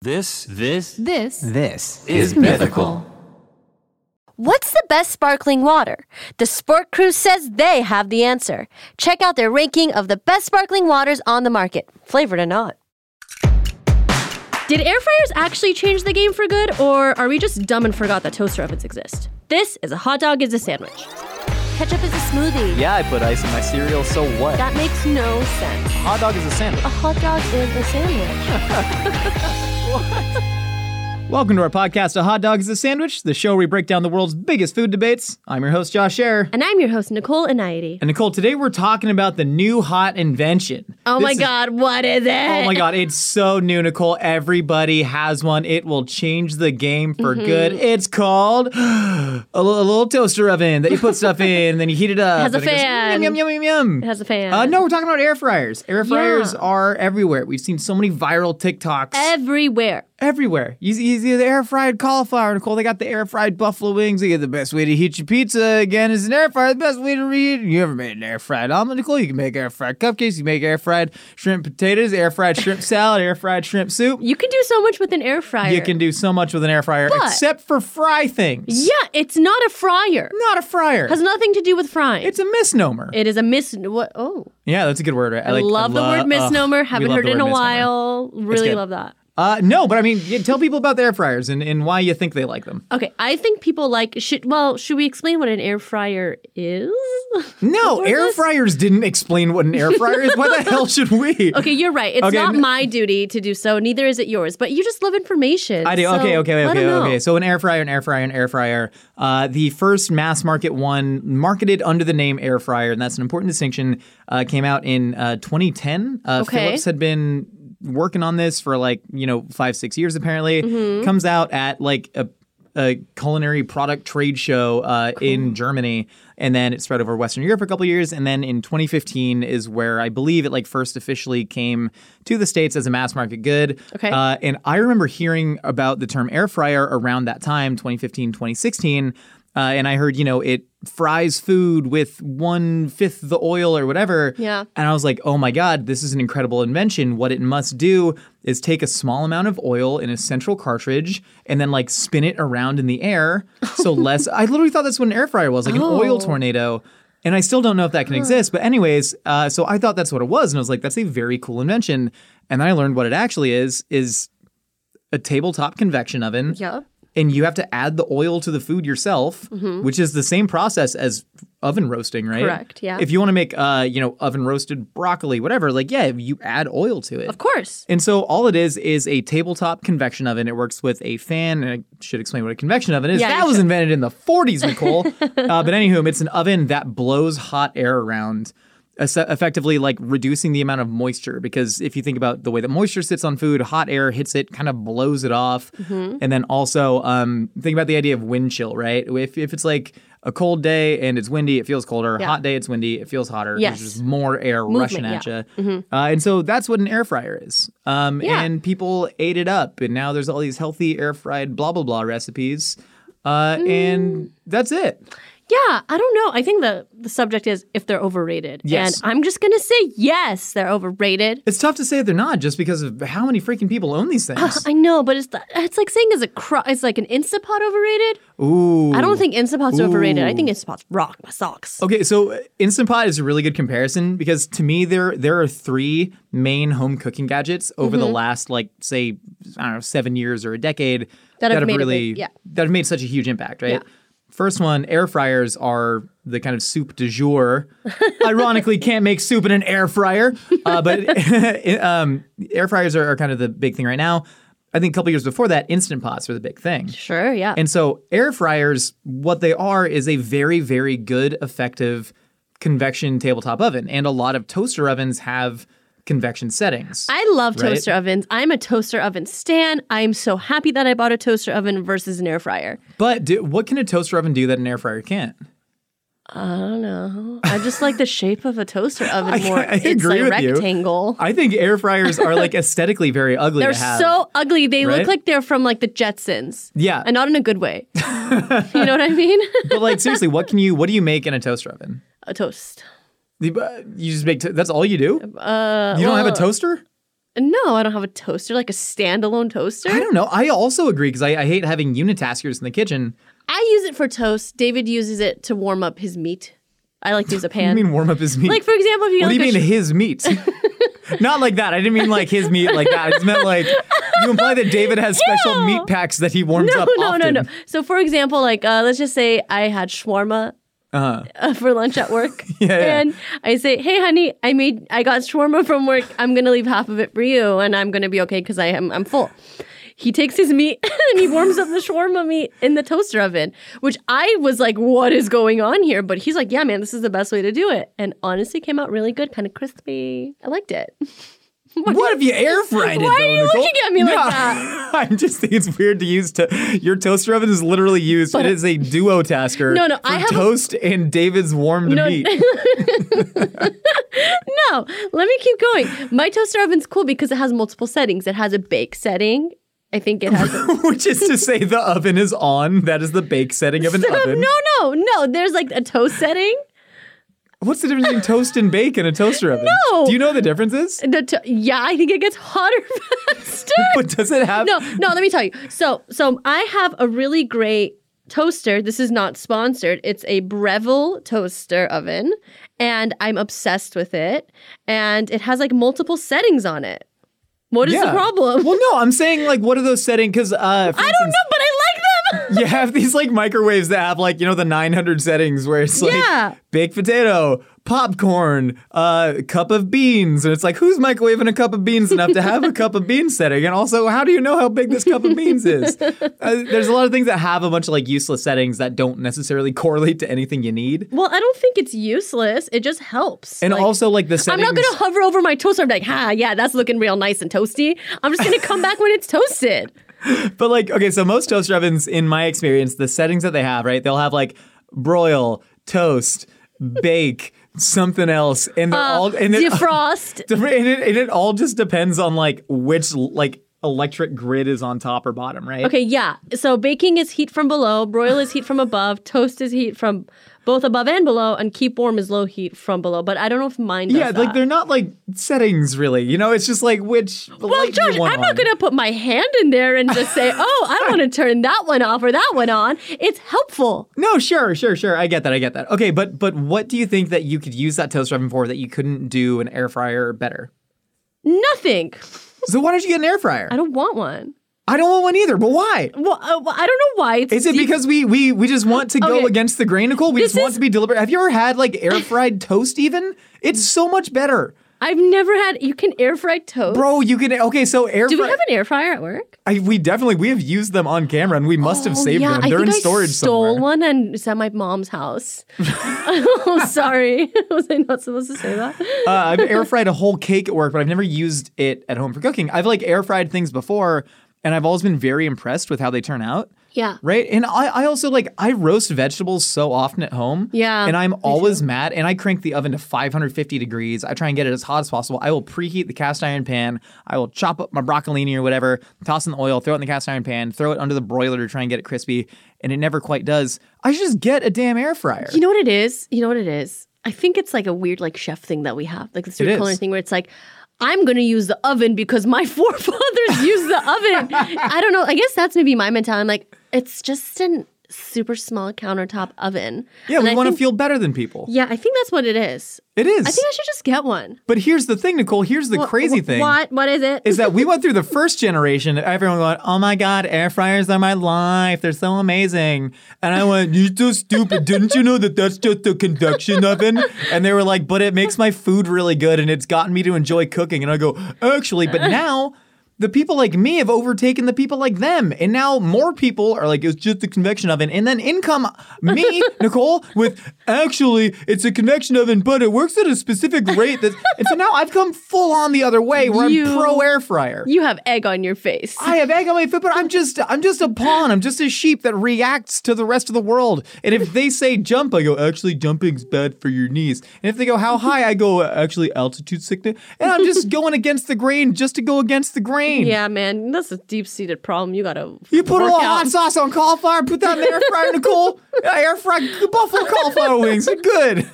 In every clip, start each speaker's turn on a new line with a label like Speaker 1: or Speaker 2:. Speaker 1: This, this
Speaker 2: This
Speaker 3: This
Speaker 1: is mythical.
Speaker 4: What's the best sparkling water? The Sport Crew says they have the answer. Check out their ranking of the best sparkling waters on the market, flavored or not.
Speaker 5: Did air fryers actually change the game for good, or are we just dumb and forgot that toaster ovens exist? This is a hot dog is a sandwich.
Speaker 4: Ketchup is a smoothie.
Speaker 3: Yeah, I put ice in my cereal, so what?
Speaker 4: That makes no sense.
Speaker 3: Hot dog is a sandwich.
Speaker 4: A hot dog is a sandwich.
Speaker 6: Welcome to our podcast, A Hot Dog is a Sandwich, the show where we break down the world's biggest food debates. I'm your host, Josh Scherer.
Speaker 5: And I'm your host, Nicole Anaiti.
Speaker 6: And Nicole, today we're talking about the new hot invention.
Speaker 5: Oh
Speaker 6: This
Speaker 5: my
Speaker 6: is-
Speaker 5: god, what is it?
Speaker 6: Oh my god, it's so new, Nicole. Everybody has one. It will change the game for
Speaker 5: Mm-hmm.
Speaker 6: good. It's called a, li- a little toaster oven that you put stuff in, and then you heat it up.
Speaker 5: Has a
Speaker 6: and it goes,
Speaker 5: fan.
Speaker 6: yum yum yum yum yum.
Speaker 5: It has a fan.
Speaker 6: Uh, no, we're talking about air fryers. Air fryers
Speaker 5: Yeah.
Speaker 6: are everywhere. We've seen so many viral TikToks
Speaker 5: Everywhere.
Speaker 6: everywhere. You see, you see the air fried cauliflower, Nicole. They got the air fried buffalo wings. They get the best way to heat your pizza again is an air fryer. The best way to reheat. You ever made an air fried omelet, Nicole? You can make air fried cupcakes. You can make air fried shrimp potatoes, air fried shrimp salad, air fried shrimp soup.
Speaker 5: You can do so much with an air fryer.
Speaker 6: You can do so much with an air fryer,
Speaker 5: But-
Speaker 6: except for fry things.
Speaker 5: Yeah, it's not a fryer.
Speaker 6: Not a fryer.
Speaker 5: Has nothing to do with frying.
Speaker 6: Mm. It's a misnomer.
Speaker 5: it is a mis. What? Oh,
Speaker 6: yeah, that's a good word. Right? I
Speaker 5: I
Speaker 6: like- I
Speaker 5: love the
Speaker 6: lo-
Speaker 5: word
Speaker 6: ugh,
Speaker 5: misnomer.
Speaker 6: we
Speaker 5: Haven't
Speaker 6: love
Speaker 5: heard
Speaker 6: the
Speaker 5: it in a
Speaker 6: word misnomer.
Speaker 5: while. Really
Speaker 6: good.
Speaker 5: love that.
Speaker 6: Uh, no, but I mean, yeah, tell people about the air fryers and, and why you think they like them.
Speaker 5: Okay, I think people like should well, should we explain what an air fryer is?
Speaker 6: No,
Speaker 5: Before
Speaker 6: air
Speaker 5: this?
Speaker 6: fryers didn't explain what an air fryer is. Why the hell should we?
Speaker 5: Okay, you're right. It's
Speaker 6: Okay,
Speaker 5: not
Speaker 6: n-
Speaker 5: my duty to do so, neither is it yours. But you just love information.
Speaker 6: I do.
Speaker 5: so
Speaker 6: okay, okay,
Speaker 5: let
Speaker 6: okay,
Speaker 5: 'em know.
Speaker 6: okay. So an air fryer, an air fryer, an air fryer. Uh, the first mass market one marketed under the name air fryer, and that's an important distinction. Uh, came out in uh, 2010. Uh,
Speaker 5: Okay.
Speaker 6: Philips had been working on this for like you know five six years apparently. Comes out at like a a culinary product trade show uh, in Germany, and then it spread over Western Europe for a couple years, and then in 2015 is where I believe it like first officially came to the states as a mass market good.
Speaker 5: Okay.
Speaker 6: Uh, and I remember hearing about the term air fryer around that time, 2015, 2016. Uh, and I heard, you know, it fries food with one fifth the oil or whatever.
Speaker 5: Yeah.
Speaker 6: And I was like, oh my God, this is an incredible invention. What it must do is take a small amount of oil in a central cartridge and then like spin it around in the air. So less. I literally thought that's what an air fryer was like an
Speaker 5: Oh.
Speaker 6: oil tornado. And I still don't know if that can exist. But, anyways, uh, so I thought that's what it was. And I was like, that's a very cool invention. And then I learned what it actually is is a tabletop convection oven.
Speaker 5: Yep.
Speaker 6: And you have to add the oil to the food yourself, which is the same process as oven roasting, right?
Speaker 5: Mm-hmm. Correct, yeah.
Speaker 6: If you want to make, uh, you know, oven roasted broccoli, whatever, like, yeah, you add oil to it.
Speaker 5: Of course.
Speaker 6: And so all it is is a tabletop convection oven. It works with a fan, and I should explain what a convection oven is.
Speaker 5: Yeah,
Speaker 6: that
Speaker 5: you
Speaker 6: was invented in the 40s, Nicole. uh, but anywho, it's an oven that blows hot air around, es- effectively like reducing the amount of moisture. Because if you think about the way that moisture sits on food, hot air hits it, kind of blows it off.
Speaker 5: Mm-hmm.
Speaker 6: And then also um, think about the idea of wind chill, right? If, if it's like a cold day and it's windy, it feels colder. Hot day, it's windy, it feels hotter.
Speaker 5: Yes.
Speaker 6: There's just more air rushing at
Speaker 5: yeah. Mm-hmm.
Speaker 6: you. Uh, and so that's what an air fryer is. Um,
Speaker 5: Yeah.
Speaker 6: And people ate it up, and now there's all these healthy air fried blah blah blah recipes. Uh,
Speaker 5: Mm.
Speaker 6: And that's it.
Speaker 5: Yeah, I don't know. I think the the subject is if they're overrated.
Speaker 6: Yes.
Speaker 5: And I'm just gonna say yes, they're overrated.
Speaker 6: It's tough to say they're not just because of how many freaking people own these things.
Speaker 5: I know, but it's the, it's like saying is a cro- it's like an Instapot overrated.
Speaker 6: Ooh.
Speaker 5: I don't think Instapot's overrated. I
Speaker 6: Ooh.
Speaker 5: think Instapots rock my socks.
Speaker 6: Okay, so uh, Instant Pot is a really good comparison because to me there there are three main home cooking gadgets over
Speaker 5: Mm-hmm.
Speaker 6: the last like say I don't know seven years or a decade
Speaker 5: That have made a big-
Speaker 6: really
Speaker 5: yeah.
Speaker 6: that have made such a huge impact, right? First one, air fryers are the kind of soup du jour. Ironically, can't make soup in an air fryer, uh, but um, air fryers are, are kind of the big thing right now. I think a couple years before that, instant pots were the big thing.
Speaker 5: Sure, yeah.
Speaker 6: And so air fryers, what they are is a very, very good, effective convection tabletop oven. And a lot of toaster ovens have convection settings.
Speaker 5: I love
Speaker 6: Right?
Speaker 5: toaster ovens. I'm a toaster oven stan. I'm so happy that I bought a toaster oven versus an air fryer.
Speaker 6: but do, what can a toaster oven do that an air fryer can't?
Speaker 5: I don't know. I just like the shape of a toaster oven
Speaker 6: I-
Speaker 5: more.
Speaker 6: I
Speaker 5: it's
Speaker 6: agree
Speaker 5: a
Speaker 6: with you.
Speaker 5: rectangle.
Speaker 6: I think air fryers are like aesthetically very ugly
Speaker 5: They're
Speaker 6: to have.
Speaker 5: so ugly. They
Speaker 6: right?
Speaker 5: look like they're from like the Jetsons.
Speaker 6: Yeah.
Speaker 5: And not in a good way. you know what I mean?
Speaker 6: but like seriously, what can you what do you make in a toaster oven?
Speaker 5: a toast. Uh,
Speaker 6: The- You just make to- that's all you do? Uh, you don't have a toaster?
Speaker 5: No, I don't have a toaster, like a standalone toaster.
Speaker 6: I
Speaker 5: I,
Speaker 6: don't know. I also agree because I, I hate having unitaskers in the kitchen.
Speaker 5: use it for toast. David uses it to warm up his meat. I like to use a
Speaker 6: I
Speaker 5: pan.
Speaker 6: mean, warm up his meat.
Speaker 5: like for example, if you
Speaker 6: what do
Speaker 5: like
Speaker 6: you mean
Speaker 5: a sh-
Speaker 6: his meat? Not like that. I didn't mean like his meat like that. I just meant like you imply that David has special
Speaker 5: Ew.
Speaker 6: meat packs that he warms
Speaker 5: no,
Speaker 6: up
Speaker 5: no,
Speaker 6: often.
Speaker 5: no, no. So, for example, like uh, let's just say I had shawarma uh, for lunch at work,
Speaker 6: Uh-huh. yeah.
Speaker 5: and I say, "Hey, honey, I made I got shawarma from work. I'm gonna leave half of it for you, and I'm gonna be okay because I am I'm full." He takes his meat and he warms up the shawarma meat in the toaster oven, which I was like, "What is going on here?" But he's like, "Yeah, man, this is the best way to do it," and honestly, came out really good, kind of crispy. I liked it.
Speaker 6: What if you air fried it?
Speaker 5: Why are
Speaker 6: though,
Speaker 5: you
Speaker 6: Nicole?
Speaker 5: looking at me like
Speaker 6: No.
Speaker 5: that?
Speaker 6: I just think it's weird to use to your toaster oven is literally used. it is a duo tasker.
Speaker 5: No, no,
Speaker 6: for
Speaker 5: I have a-
Speaker 6: toast and David's warmed
Speaker 5: No,
Speaker 6: meat.
Speaker 5: No, let me keep going. My toaster oven's cool because it has multiple settings. It has a bake setting. I think it has. a-
Speaker 6: Which is to say, the oven is on. That is the bake setting of an oven.
Speaker 5: no, no, no. There's like a toast setting.
Speaker 6: What's the difference between toast and bake in a toaster oven?
Speaker 5: No.
Speaker 6: Do you know what the difference is?
Speaker 5: The to- yeah, I think it gets hotter faster.
Speaker 6: But does it have?
Speaker 5: no, no. Let me tell you. So, so I have a really great toaster. This is not sponsored. It's a Breville toaster oven, and I'm obsessed with it. And it has like multiple settings on it. What is the
Speaker 6: Yeah.
Speaker 5: problem?
Speaker 6: Well, no, I'm saying like, what are those settings? Because uh, for
Speaker 5: I don't
Speaker 6: instance,
Speaker 5: know, but I like them.
Speaker 6: You have these like microwaves that have like you know the 900 settings where it's like
Speaker 5: Yeah.
Speaker 6: baked potato, popcorn, uh, cup of beans, and it's like who's microwaving a cup of beans enough to have a cup of beans setting? And also, how do you know how big this cup of beans is? Uh, there's a lot of things that have a bunch of like useless settings that don't necessarily correlate to anything you need.
Speaker 5: Well, I don't think it's useless. It just helps.
Speaker 6: And
Speaker 5: Like,
Speaker 6: also like the settings.
Speaker 5: I'm not gonna hover over my toaster and be like, "Ha, yeah, that's looking real nice and toasty." I'm just gonna come back when it's toasted.
Speaker 6: But like, okay, so most toaster ovens, in my experience, the settings that they have, right? They'll have like broil, toast, bake, something else, and
Speaker 5: Uh,
Speaker 6: they're all and uh, it,
Speaker 5: Defrost.
Speaker 6: and it and it all just depends on like which like electric grid is on top or bottom, right?
Speaker 5: Okay, yeah. So baking is heat from below, broil is heat from above, toast is heat from both above and below, and keep warm is low heat from below. But I don't know if mine does
Speaker 6: Yeah, like
Speaker 5: that.
Speaker 6: they're not like settings really. You know, it's just like which.
Speaker 5: Well, Josh, I'm not going to put my hand in there and just say, "Oh, I want to turn that one off or that one on." It's helpful.
Speaker 6: No, sure, sure, sure. I get that. I get that. Okay, but but what do you think that you could use that toaster oven for that you couldn't do an air fryer better?
Speaker 5: Nothing.
Speaker 6: So why don't you get an air fryer?
Speaker 5: I don't want one.
Speaker 6: I don't want one either. But why?
Speaker 5: Well, uh, well, I don't know why. It's
Speaker 6: Is it
Speaker 5: deep-
Speaker 6: because we we we just want to go
Speaker 5: Okay.
Speaker 6: against the grain, Nicole? We
Speaker 5: This
Speaker 6: just want
Speaker 5: is-
Speaker 6: to be deliberate. Have you ever had like air fried toast? Even it's so much better,
Speaker 5: I've never had. You can air fry toast.
Speaker 6: bro. You can okay. So air.
Speaker 5: Do we
Speaker 6: fry-
Speaker 5: have an air fryer at work? Oh,
Speaker 6: I, we definitely we have used them on camera, and we must have saved them. They're
Speaker 5: I think
Speaker 6: in storage
Speaker 5: I stole
Speaker 6: somewhere.
Speaker 5: one and it's at my mom's house. oh, sorry. Was I not supposed to say that?
Speaker 6: Uh, I've air fried a whole cake at work, but I've never used it at home for cooking. I've like air fried things before, and I've always been very impressed with how they turn out.
Speaker 5: Yeah.
Speaker 6: Right. And I, I also like, I roast vegetables so often at home.
Speaker 5: Yeah,
Speaker 6: And I'm
Speaker 5: me
Speaker 6: always mad. And I crank the oven to 550 degrees. I try and get it as hot as possible. I will preheat the cast iron pan. I will chop up my broccolini or whatever, toss in the oil, throw it in the cast iron pan, throw it under the broiler to try and get it crispy. And it never quite does. I should just get a damn air fryer.
Speaker 5: You know what it is? You know what it is? I think it's like a weird like chef thing that we have, like this
Speaker 6: It
Speaker 5: food culinary
Speaker 6: is.
Speaker 5: thing where it's like, I'm gonna use the oven because my forefathers used the oven. I don't know. I guess that's maybe my mentality. I'm like, it's just an super small countertop oven.
Speaker 6: yeah,
Speaker 5: And
Speaker 6: we
Speaker 5: I
Speaker 6: want to
Speaker 5: think-
Speaker 6: feel better than people.
Speaker 5: Yeah, I think that's what it is.
Speaker 6: It is.
Speaker 5: I think I should just get one.
Speaker 6: but here's the thing, Nicole. Here's the
Speaker 5: Wha-
Speaker 6: crazy
Speaker 5: wha-
Speaker 6: thing.
Speaker 5: What? What is it?
Speaker 6: is that we went through the first generation. Everyone going, "Oh my god, air fryers are my life. They're so amazing." And I went, "You're so stupid. Didn't you know that that's just a conduction oven?" And they were like, "But it makes my food really good, and it's gotten me to enjoy cooking." And I go, "Actually, but now." The people like me have overtaken the people like them. And now more people are like, it's just a convection oven. And then in come me, Nicole, with actually, it's a convection oven, but it works at a specific rate. That, and so now I've come full on the other way where
Speaker 5: You-
Speaker 6: I'm pro air fryer.
Speaker 5: you have egg on your face.
Speaker 6: I have egg on my foot, but I'm just I'm just a pawn. I'm just a sheep that reacts to the rest of the world. And if they say jump, I go actually jumping's bad for your knees. And if they go how high, I go actually altitude sickness. And I'm just going against the grain just to go against the grain.
Speaker 5: yeah, man, that's a deep seated problem. You gotta.
Speaker 6: You put a
Speaker 5: work
Speaker 6: little
Speaker 5: out.
Speaker 6: hot sauce on cauliflower, put that in the air fryer, Nicole. Yeah, air fry buffalo cauliflower wings. Good.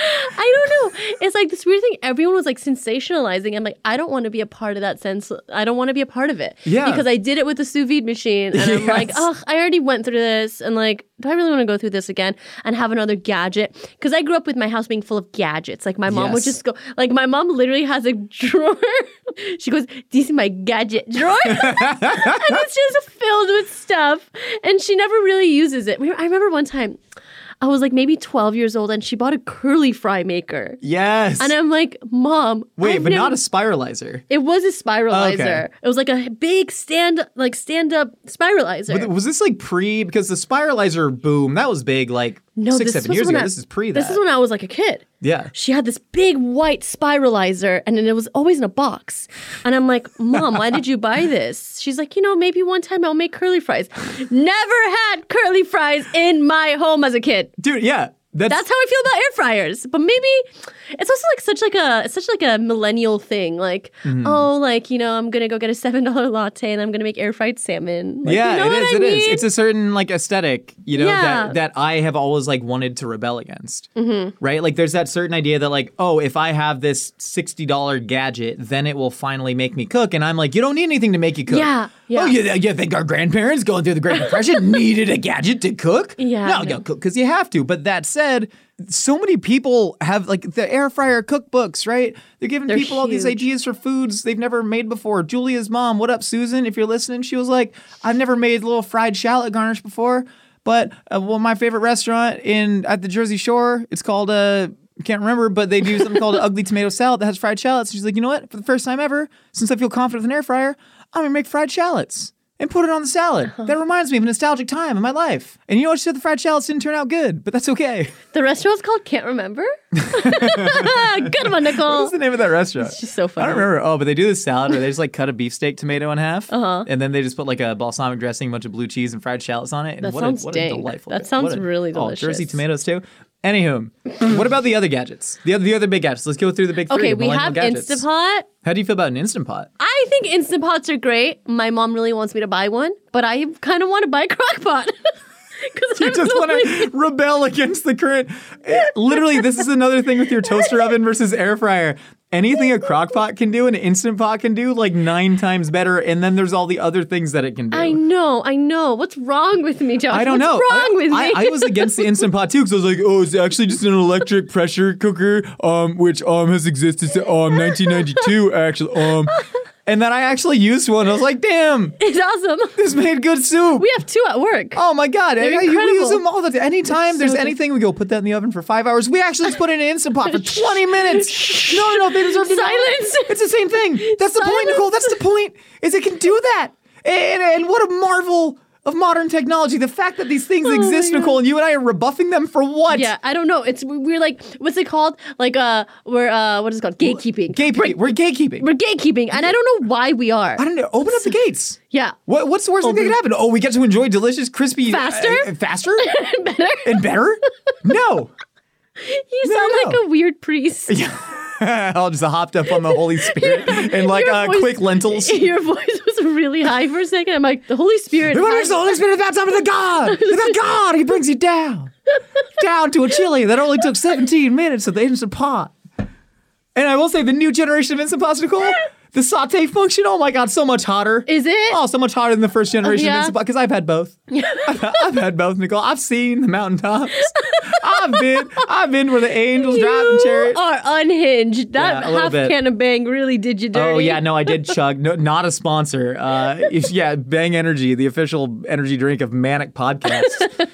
Speaker 5: I don't know. It's like this weird thing. Everyone was like sensationalizing. I'm like, I don't want to be a part of that sense. I don't want to be a part of it.
Speaker 6: Yeah.
Speaker 5: Because I did it with the sous vide machine. And I'm like, oh,
Speaker 6: Yes.
Speaker 5: ugh, I already went through this. And like, do I really want to go through this again and have another gadget? Because I grew up with my house being full of gadgets. Like, my mom would
Speaker 6: Yes.
Speaker 5: just go, like, my mom literally has a drawer. she goes, This is my gadget drawer. and it's just filled with stuff. And she never really uses it. We- I remember one time. I was like maybe 12 years old and she bought a curly fry maker.
Speaker 6: Yes.
Speaker 5: And I'm like, Mom,
Speaker 6: Wait,
Speaker 5: I've
Speaker 6: but
Speaker 5: never-
Speaker 6: not a spiralizer.
Speaker 5: It was a spiralizer.
Speaker 6: Okay.
Speaker 5: It was like a big stand, like stand up spiralizer.
Speaker 6: Was this like pre? Because the spiralizer boom that was big like six seven
Speaker 5: was
Speaker 6: years
Speaker 5: when
Speaker 6: ago.
Speaker 5: I-
Speaker 6: this is pre.
Speaker 5: This
Speaker 6: that.
Speaker 5: is when I was like a kid.
Speaker 6: Yeah.
Speaker 5: She had this big white spiralizer, and then it was always in a box. And I'm like, Mom, why did you buy this? She's like, You know, maybe one time I'll make curly fries. Never had curly fries in my home as a kid.
Speaker 6: Dude, yeah. That's,
Speaker 5: That's how I feel about air fryers. But maybe it's also like such like a it's such like a millennial thing. Like,
Speaker 6: Mm-hmm.
Speaker 5: oh, like, you know, I'm gonna go get a seven dollar latte and I'm gonna make air fried salmon. Like,
Speaker 6: yeah,
Speaker 5: you know
Speaker 6: it
Speaker 5: what
Speaker 6: is.
Speaker 5: I
Speaker 6: It is.
Speaker 5: mean?
Speaker 6: It's a certain like aesthetic, you know,
Speaker 5: Yeah.
Speaker 6: that that I have always like wanted to rebel against, mm-hmm. right? Like, there's that certain idea that like, oh, if I have this sixty dollar gadget, then it will finally make me cook, and I'm like, you don't need anything to make you cook.
Speaker 5: Yeah, yeah.
Speaker 6: Oh, you, you think our grandparents going through the Great Depression needed a gadget to cook?
Speaker 5: Yeah.
Speaker 6: No, you cook because you have to. But that said. So many people have like the air fryer cookbooks, right? They're giving people all these
Speaker 5: huge.
Speaker 6: ideas ideas for foods they've never made before. Julia's mom, what up, Susan? If you're listening, she was like, I've never made little fried shallot garnish before, but uh, well, my favorite restaurant in at the Jersey Shore, it's called Uh, can't remember, but they do something called ugly tomato salad that has fried shallots. And she's like, you know what? For the first time ever, since I feel confident with an air fryer, I'm gonna make fried shallots and put it on the salad. That reminds me of a nostalgic time in my life. And you know what? She said the fried shallots didn't turn out good, but that's okay.
Speaker 5: the restaurant's called Can't Remember. Good one, Nicole.
Speaker 6: What's the name of that restaurant? It's
Speaker 5: just so
Speaker 6: I
Speaker 5: funny.
Speaker 6: don't remember. Oh, but they do this salad where they just like cut a beefsteak tomato in half, uh-huh. and then they just put like a balsamic dressing, a bunch of blue cheese, and fried shallots on it. And
Speaker 5: That
Speaker 6: what
Speaker 5: sounds
Speaker 6: a, what a
Speaker 5: dank.
Speaker 6: delightful.
Speaker 5: That
Speaker 6: dish.
Speaker 5: sounds
Speaker 6: What a-
Speaker 5: really
Speaker 6: Oh, Jersey
Speaker 5: delicious.
Speaker 6: tomatoes too. Anywho, what about the other gadgets? The other the other big gadgets. Let's go through the big three.
Speaker 5: Okay,
Speaker 6: of
Speaker 5: we
Speaker 6: millennial
Speaker 5: have
Speaker 6: gadgets.
Speaker 5: Instapot.
Speaker 6: How do you feel about an instant pot?
Speaker 5: I think Instant Pots are great. My mom really wants me to buy one, but I kind of want to buy a crock pot. Because
Speaker 6: You just want to rebel against the current. eh, Literally, this is another thing with your toaster oven versus air fryer. Anything a crock pot can do, an instant pot can do like nine times better. And then there's all the other things that it can do.
Speaker 5: I know, I know. What's wrong with me, Josh?
Speaker 6: I don't
Speaker 5: What's
Speaker 6: know.
Speaker 5: wrong
Speaker 6: I,
Speaker 5: with
Speaker 6: I,
Speaker 5: me?
Speaker 6: I was against the instant pot too because I was like, oh, it's actually just an electric pressure cooker, um, which um has existed since um 1992 actually. Um, and then I actually used one. I was like, damn,
Speaker 5: it's awesome.
Speaker 6: this made good soup.
Speaker 5: We have two at work.
Speaker 6: Oh my god! I, I- we
Speaker 5: incredible.
Speaker 6: use them all the time. Anytime
Speaker 5: They're
Speaker 6: there's
Speaker 5: so good.
Speaker 6: anything, we go put that in the oven for five hours. We actually just put it in an instant pot for twenty minutes. No, no, no, they deserve to know.
Speaker 5: Silence.
Speaker 6: It's the same thing. That's the point,
Speaker 5: Silence.
Speaker 6: Nicole. That's the point. Is it can do that, and, and what a marvel of modern technology. The fact that these things exist, Nicole, and you and I are rebuffing them for what?
Speaker 5: Oh Yeah, I don't know. It's we- we're like, what's it called? Like, uh, we're uh, what is it called? Gatekeeping.
Speaker 6: gatekeeping. We're gatekeeping.
Speaker 5: we're gatekeeping, and I don't know why we are.
Speaker 6: I don't know. Open up the gates.
Speaker 5: Yeah.
Speaker 6: What, what's the worst thing that could happen? Oh, we get to enjoy delicious, crispy,
Speaker 5: Faster?
Speaker 6: uh, faster, better, and better. No.
Speaker 5: You
Speaker 6: No,
Speaker 5: sound
Speaker 6: no.
Speaker 5: like a weird priest.
Speaker 6: I'll just hopped up on the Holy Spirit and like
Speaker 5: Your
Speaker 6: uh,
Speaker 5: voice-
Speaker 6: quick lentils.
Speaker 5: Your voice was really high for a second. I'm like, the Holy Spirit.
Speaker 6: Remember
Speaker 5: has-
Speaker 6: the Holy Spirit is baptized with the God. With the God, he brings you down, down to a chili that only took 17 minutes at the instant pot. And I will say, the new generation of instant pots, Nicole, the saute function. Oh my God, so much hotter.
Speaker 5: Is it?
Speaker 6: Oh, so much hotter than the first generation
Speaker 5: yeah?
Speaker 6: of instant pot because I've had both. I've, I've had both, Nicole. I've seen the mountaintops. I've been, I've been where the angels drive in
Speaker 5: You
Speaker 6: chariots.
Speaker 5: are unhinged. That
Speaker 6: Yeah, a little
Speaker 5: half
Speaker 6: bit.
Speaker 5: can of bang really did you dirty.
Speaker 6: Oh yeah, no, I did chug. No, not a sponsor. Uh, if- yeah, Bang Energy, the official energy drink of Manic Podcasts.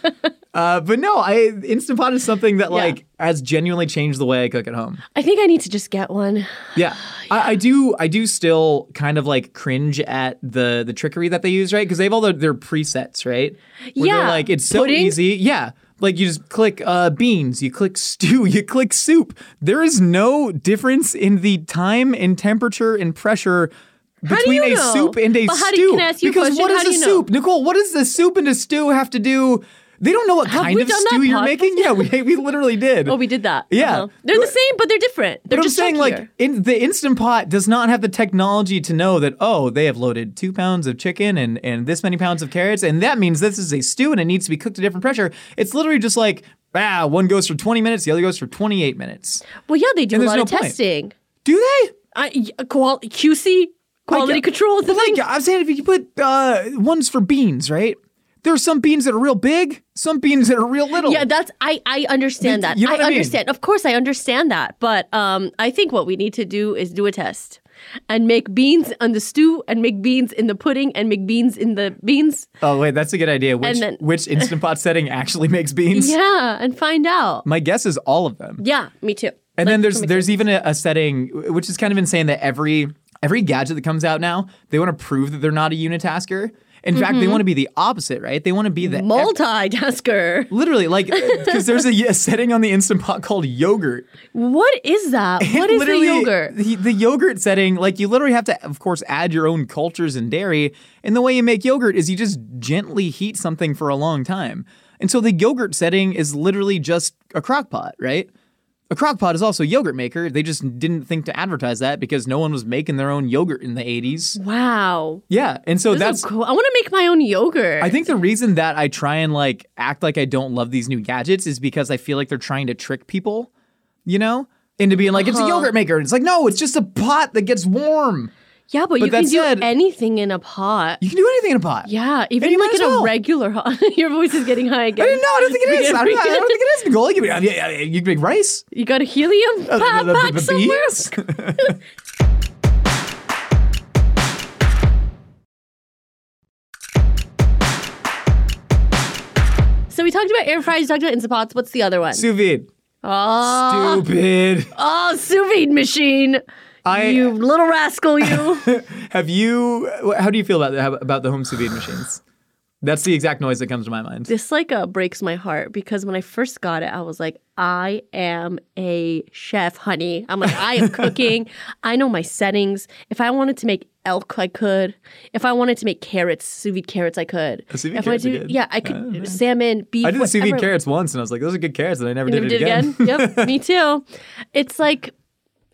Speaker 6: uh, but no, I Instant Pot is something that like has genuinely changed the way I cook at home.
Speaker 5: I think I need to just get one.
Speaker 6: Yeah, I, I do. I do still kind of like cringe at the the trickery that they use, right? Because they have all their, their presets, right? Where they're
Speaker 5: Yeah.
Speaker 6: like it's so
Speaker 5: Pudding?
Speaker 6: easy. Yeah. Like you just click uh, beans, you click stew, you click soup. There is no difference in the time and temperature and pressure between
Speaker 5: you
Speaker 6: a
Speaker 5: know?
Speaker 6: soup and a
Speaker 5: But how
Speaker 6: stew.
Speaker 5: do you- can I ask you a
Speaker 6: because
Speaker 5: question?
Speaker 6: what
Speaker 5: How
Speaker 6: is
Speaker 5: do
Speaker 6: a
Speaker 5: you know?
Speaker 6: soup, Nicole? What does the soup and a stew have to do? They don't know what kind
Speaker 5: we
Speaker 6: of
Speaker 5: done
Speaker 6: stew
Speaker 5: that
Speaker 6: you're
Speaker 5: podcast?
Speaker 6: making. Yeah, we we literally did.
Speaker 5: Oh, we did that.
Speaker 6: Yeah.
Speaker 5: They're the same, but they're different. They're
Speaker 6: But I'm
Speaker 5: just
Speaker 6: saying,
Speaker 5: chunkier.
Speaker 6: like, in, the Instant Pot does not have the technology to know that, oh, they have loaded two pounds of chicken and, and this many pounds of carrots, and that means this is a stew and it needs to be cooked at different pressure. It's literally just like, ah, one goes for 20 minutes, the other goes for 28 minutes.
Speaker 5: Well, yeah, they do
Speaker 6: And
Speaker 5: a
Speaker 6: there's
Speaker 5: lot
Speaker 6: no
Speaker 5: of
Speaker 6: point.
Speaker 5: testing.
Speaker 6: Do they?
Speaker 5: I, y- qual- QC, quality
Speaker 6: Like,
Speaker 5: control. is The
Speaker 6: Like
Speaker 5: thing.
Speaker 6: I'm saying, if you put uh, ones for beans, right? There are some beans that are real big, some beans that are real little.
Speaker 5: Yeah, that's I I understand
Speaker 6: You-
Speaker 5: that.
Speaker 6: you know
Speaker 5: I,
Speaker 6: what I mean?
Speaker 5: understand. Of course I understand that. But um I think what we need to do is do a test and make beans on the stew and make beans in the pudding and make beans in the beans.
Speaker 6: oh wait, that's a good idea. Which
Speaker 5: And then-
Speaker 6: which instant pot setting actually makes beans?
Speaker 5: Yeah, and find out.
Speaker 6: My guess is all of them.
Speaker 5: Yeah, me too.
Speaker 6: And
Speaker 5: Like,
Speaker 6: then there's
Speaker 5: for me
Speaker 6: there's even a, a setting which is kind of insane that every every gadget that comes out now they want to prove that they're not a unitasker. In fact, they want to be the opposite, right? They want to be the
Speaker 5: too.
Speaker 6: ev-
Speaker 5: multitasker.
Speaker 6: literally like because there's a, a setting on the instant pot called yogurt.
Speaker 5: What is that? What is the
Speaker 6: Literally,
Speaker 5: yogurt?
Speaker 6: The, the yogurt setting, like you literally have to, of course, add your own cultures and dairy. And the way you make yogurt is you just gently heat something for a long time. And so the yogurt setting is literally just a crock pot, right? A crock pot is also a yogurt maker. They just didn't think to advertise that because no one was making their own yogurt in the 80s.
Speaker 5: Wow.
Speaker 6: Yeah. And so
Speaker 5: This is
Speaker 6: that's.
Speaker 5: so cool. I want to make my own yogurt.
Speaker 6: I think the reason that I try and like act like I don't love these new gadgets is because I feel like they're trying to trick people, you know, into being like it's
Speaker 5: Uh-huh.
Speaker 6: a yogurt maker. It's like no, it's just a pot that gets warm.
Speaker 5: yeah, but,
Speaker 6: but
Speaker 5: you
Speaker 6: that
Speaker 5: can do
Speaker 6: said-
Speaker 5: anything in a pot.
Speaker 6: You can do anything in a pot.
Speaker 5: Yeah, even
Speaker 6: you might
Speaker 5: like
Speaker 6: as
Speaker 5: in a
Speaker 6: well.
Speaker 5: regular hot. Your voice is getting high again.
Speaker 6: I didn't know. I don't think it is. I don't, I don't think it is, Nicole. You can, yeah, yeah, yeah, you can make rice.
Speaker 5: You got a helium
Speaker 6: Uh,
Speaker 5: pa-
Speaker 6: the- the-
Speaker 5: pack
Speaker 6: the
Speaker 5: somewhere?
Speaker 6: beans.
Speaker 5: So we talked about air fries, we talked about Instant Pots. What's the other one?
Speaker 6: Sous vide.
Speaker 5: oh,
Speaker 6: Stupid.
Speaker 5: oh, sous vide machine.
Speaker 6: I-
Speaker 5: you little rascal, you.
Speaker 6: Have you? wh- How do you feel about the, about the home sous vide machines? That's the exact noise that comes to my mind.
Speaker 5: this like uh, breaks my heart because when I first got it, I was like, I am a chef, honey. I'm like, I am cooking. I know my settings. If I wanted to make elk, I could. If I wanted to make carrots, sous vide carrots, I could.
Speaker 6: sous vide
Speaker 5: if I
Speaker 6: carrots are
Speaker 5: do-
Speaker 6: good.
Speaker 5: Yeah, I could. salmon, beef.
Speaker 6: I did the sous vide
Speaker 5: whatever.
Speaker 6: carrots once, and I was like, "Those are good carrots," and I never
Speaker 5: You
Speaker 6: did, it again.
Speaker 5: yep, me too. It's like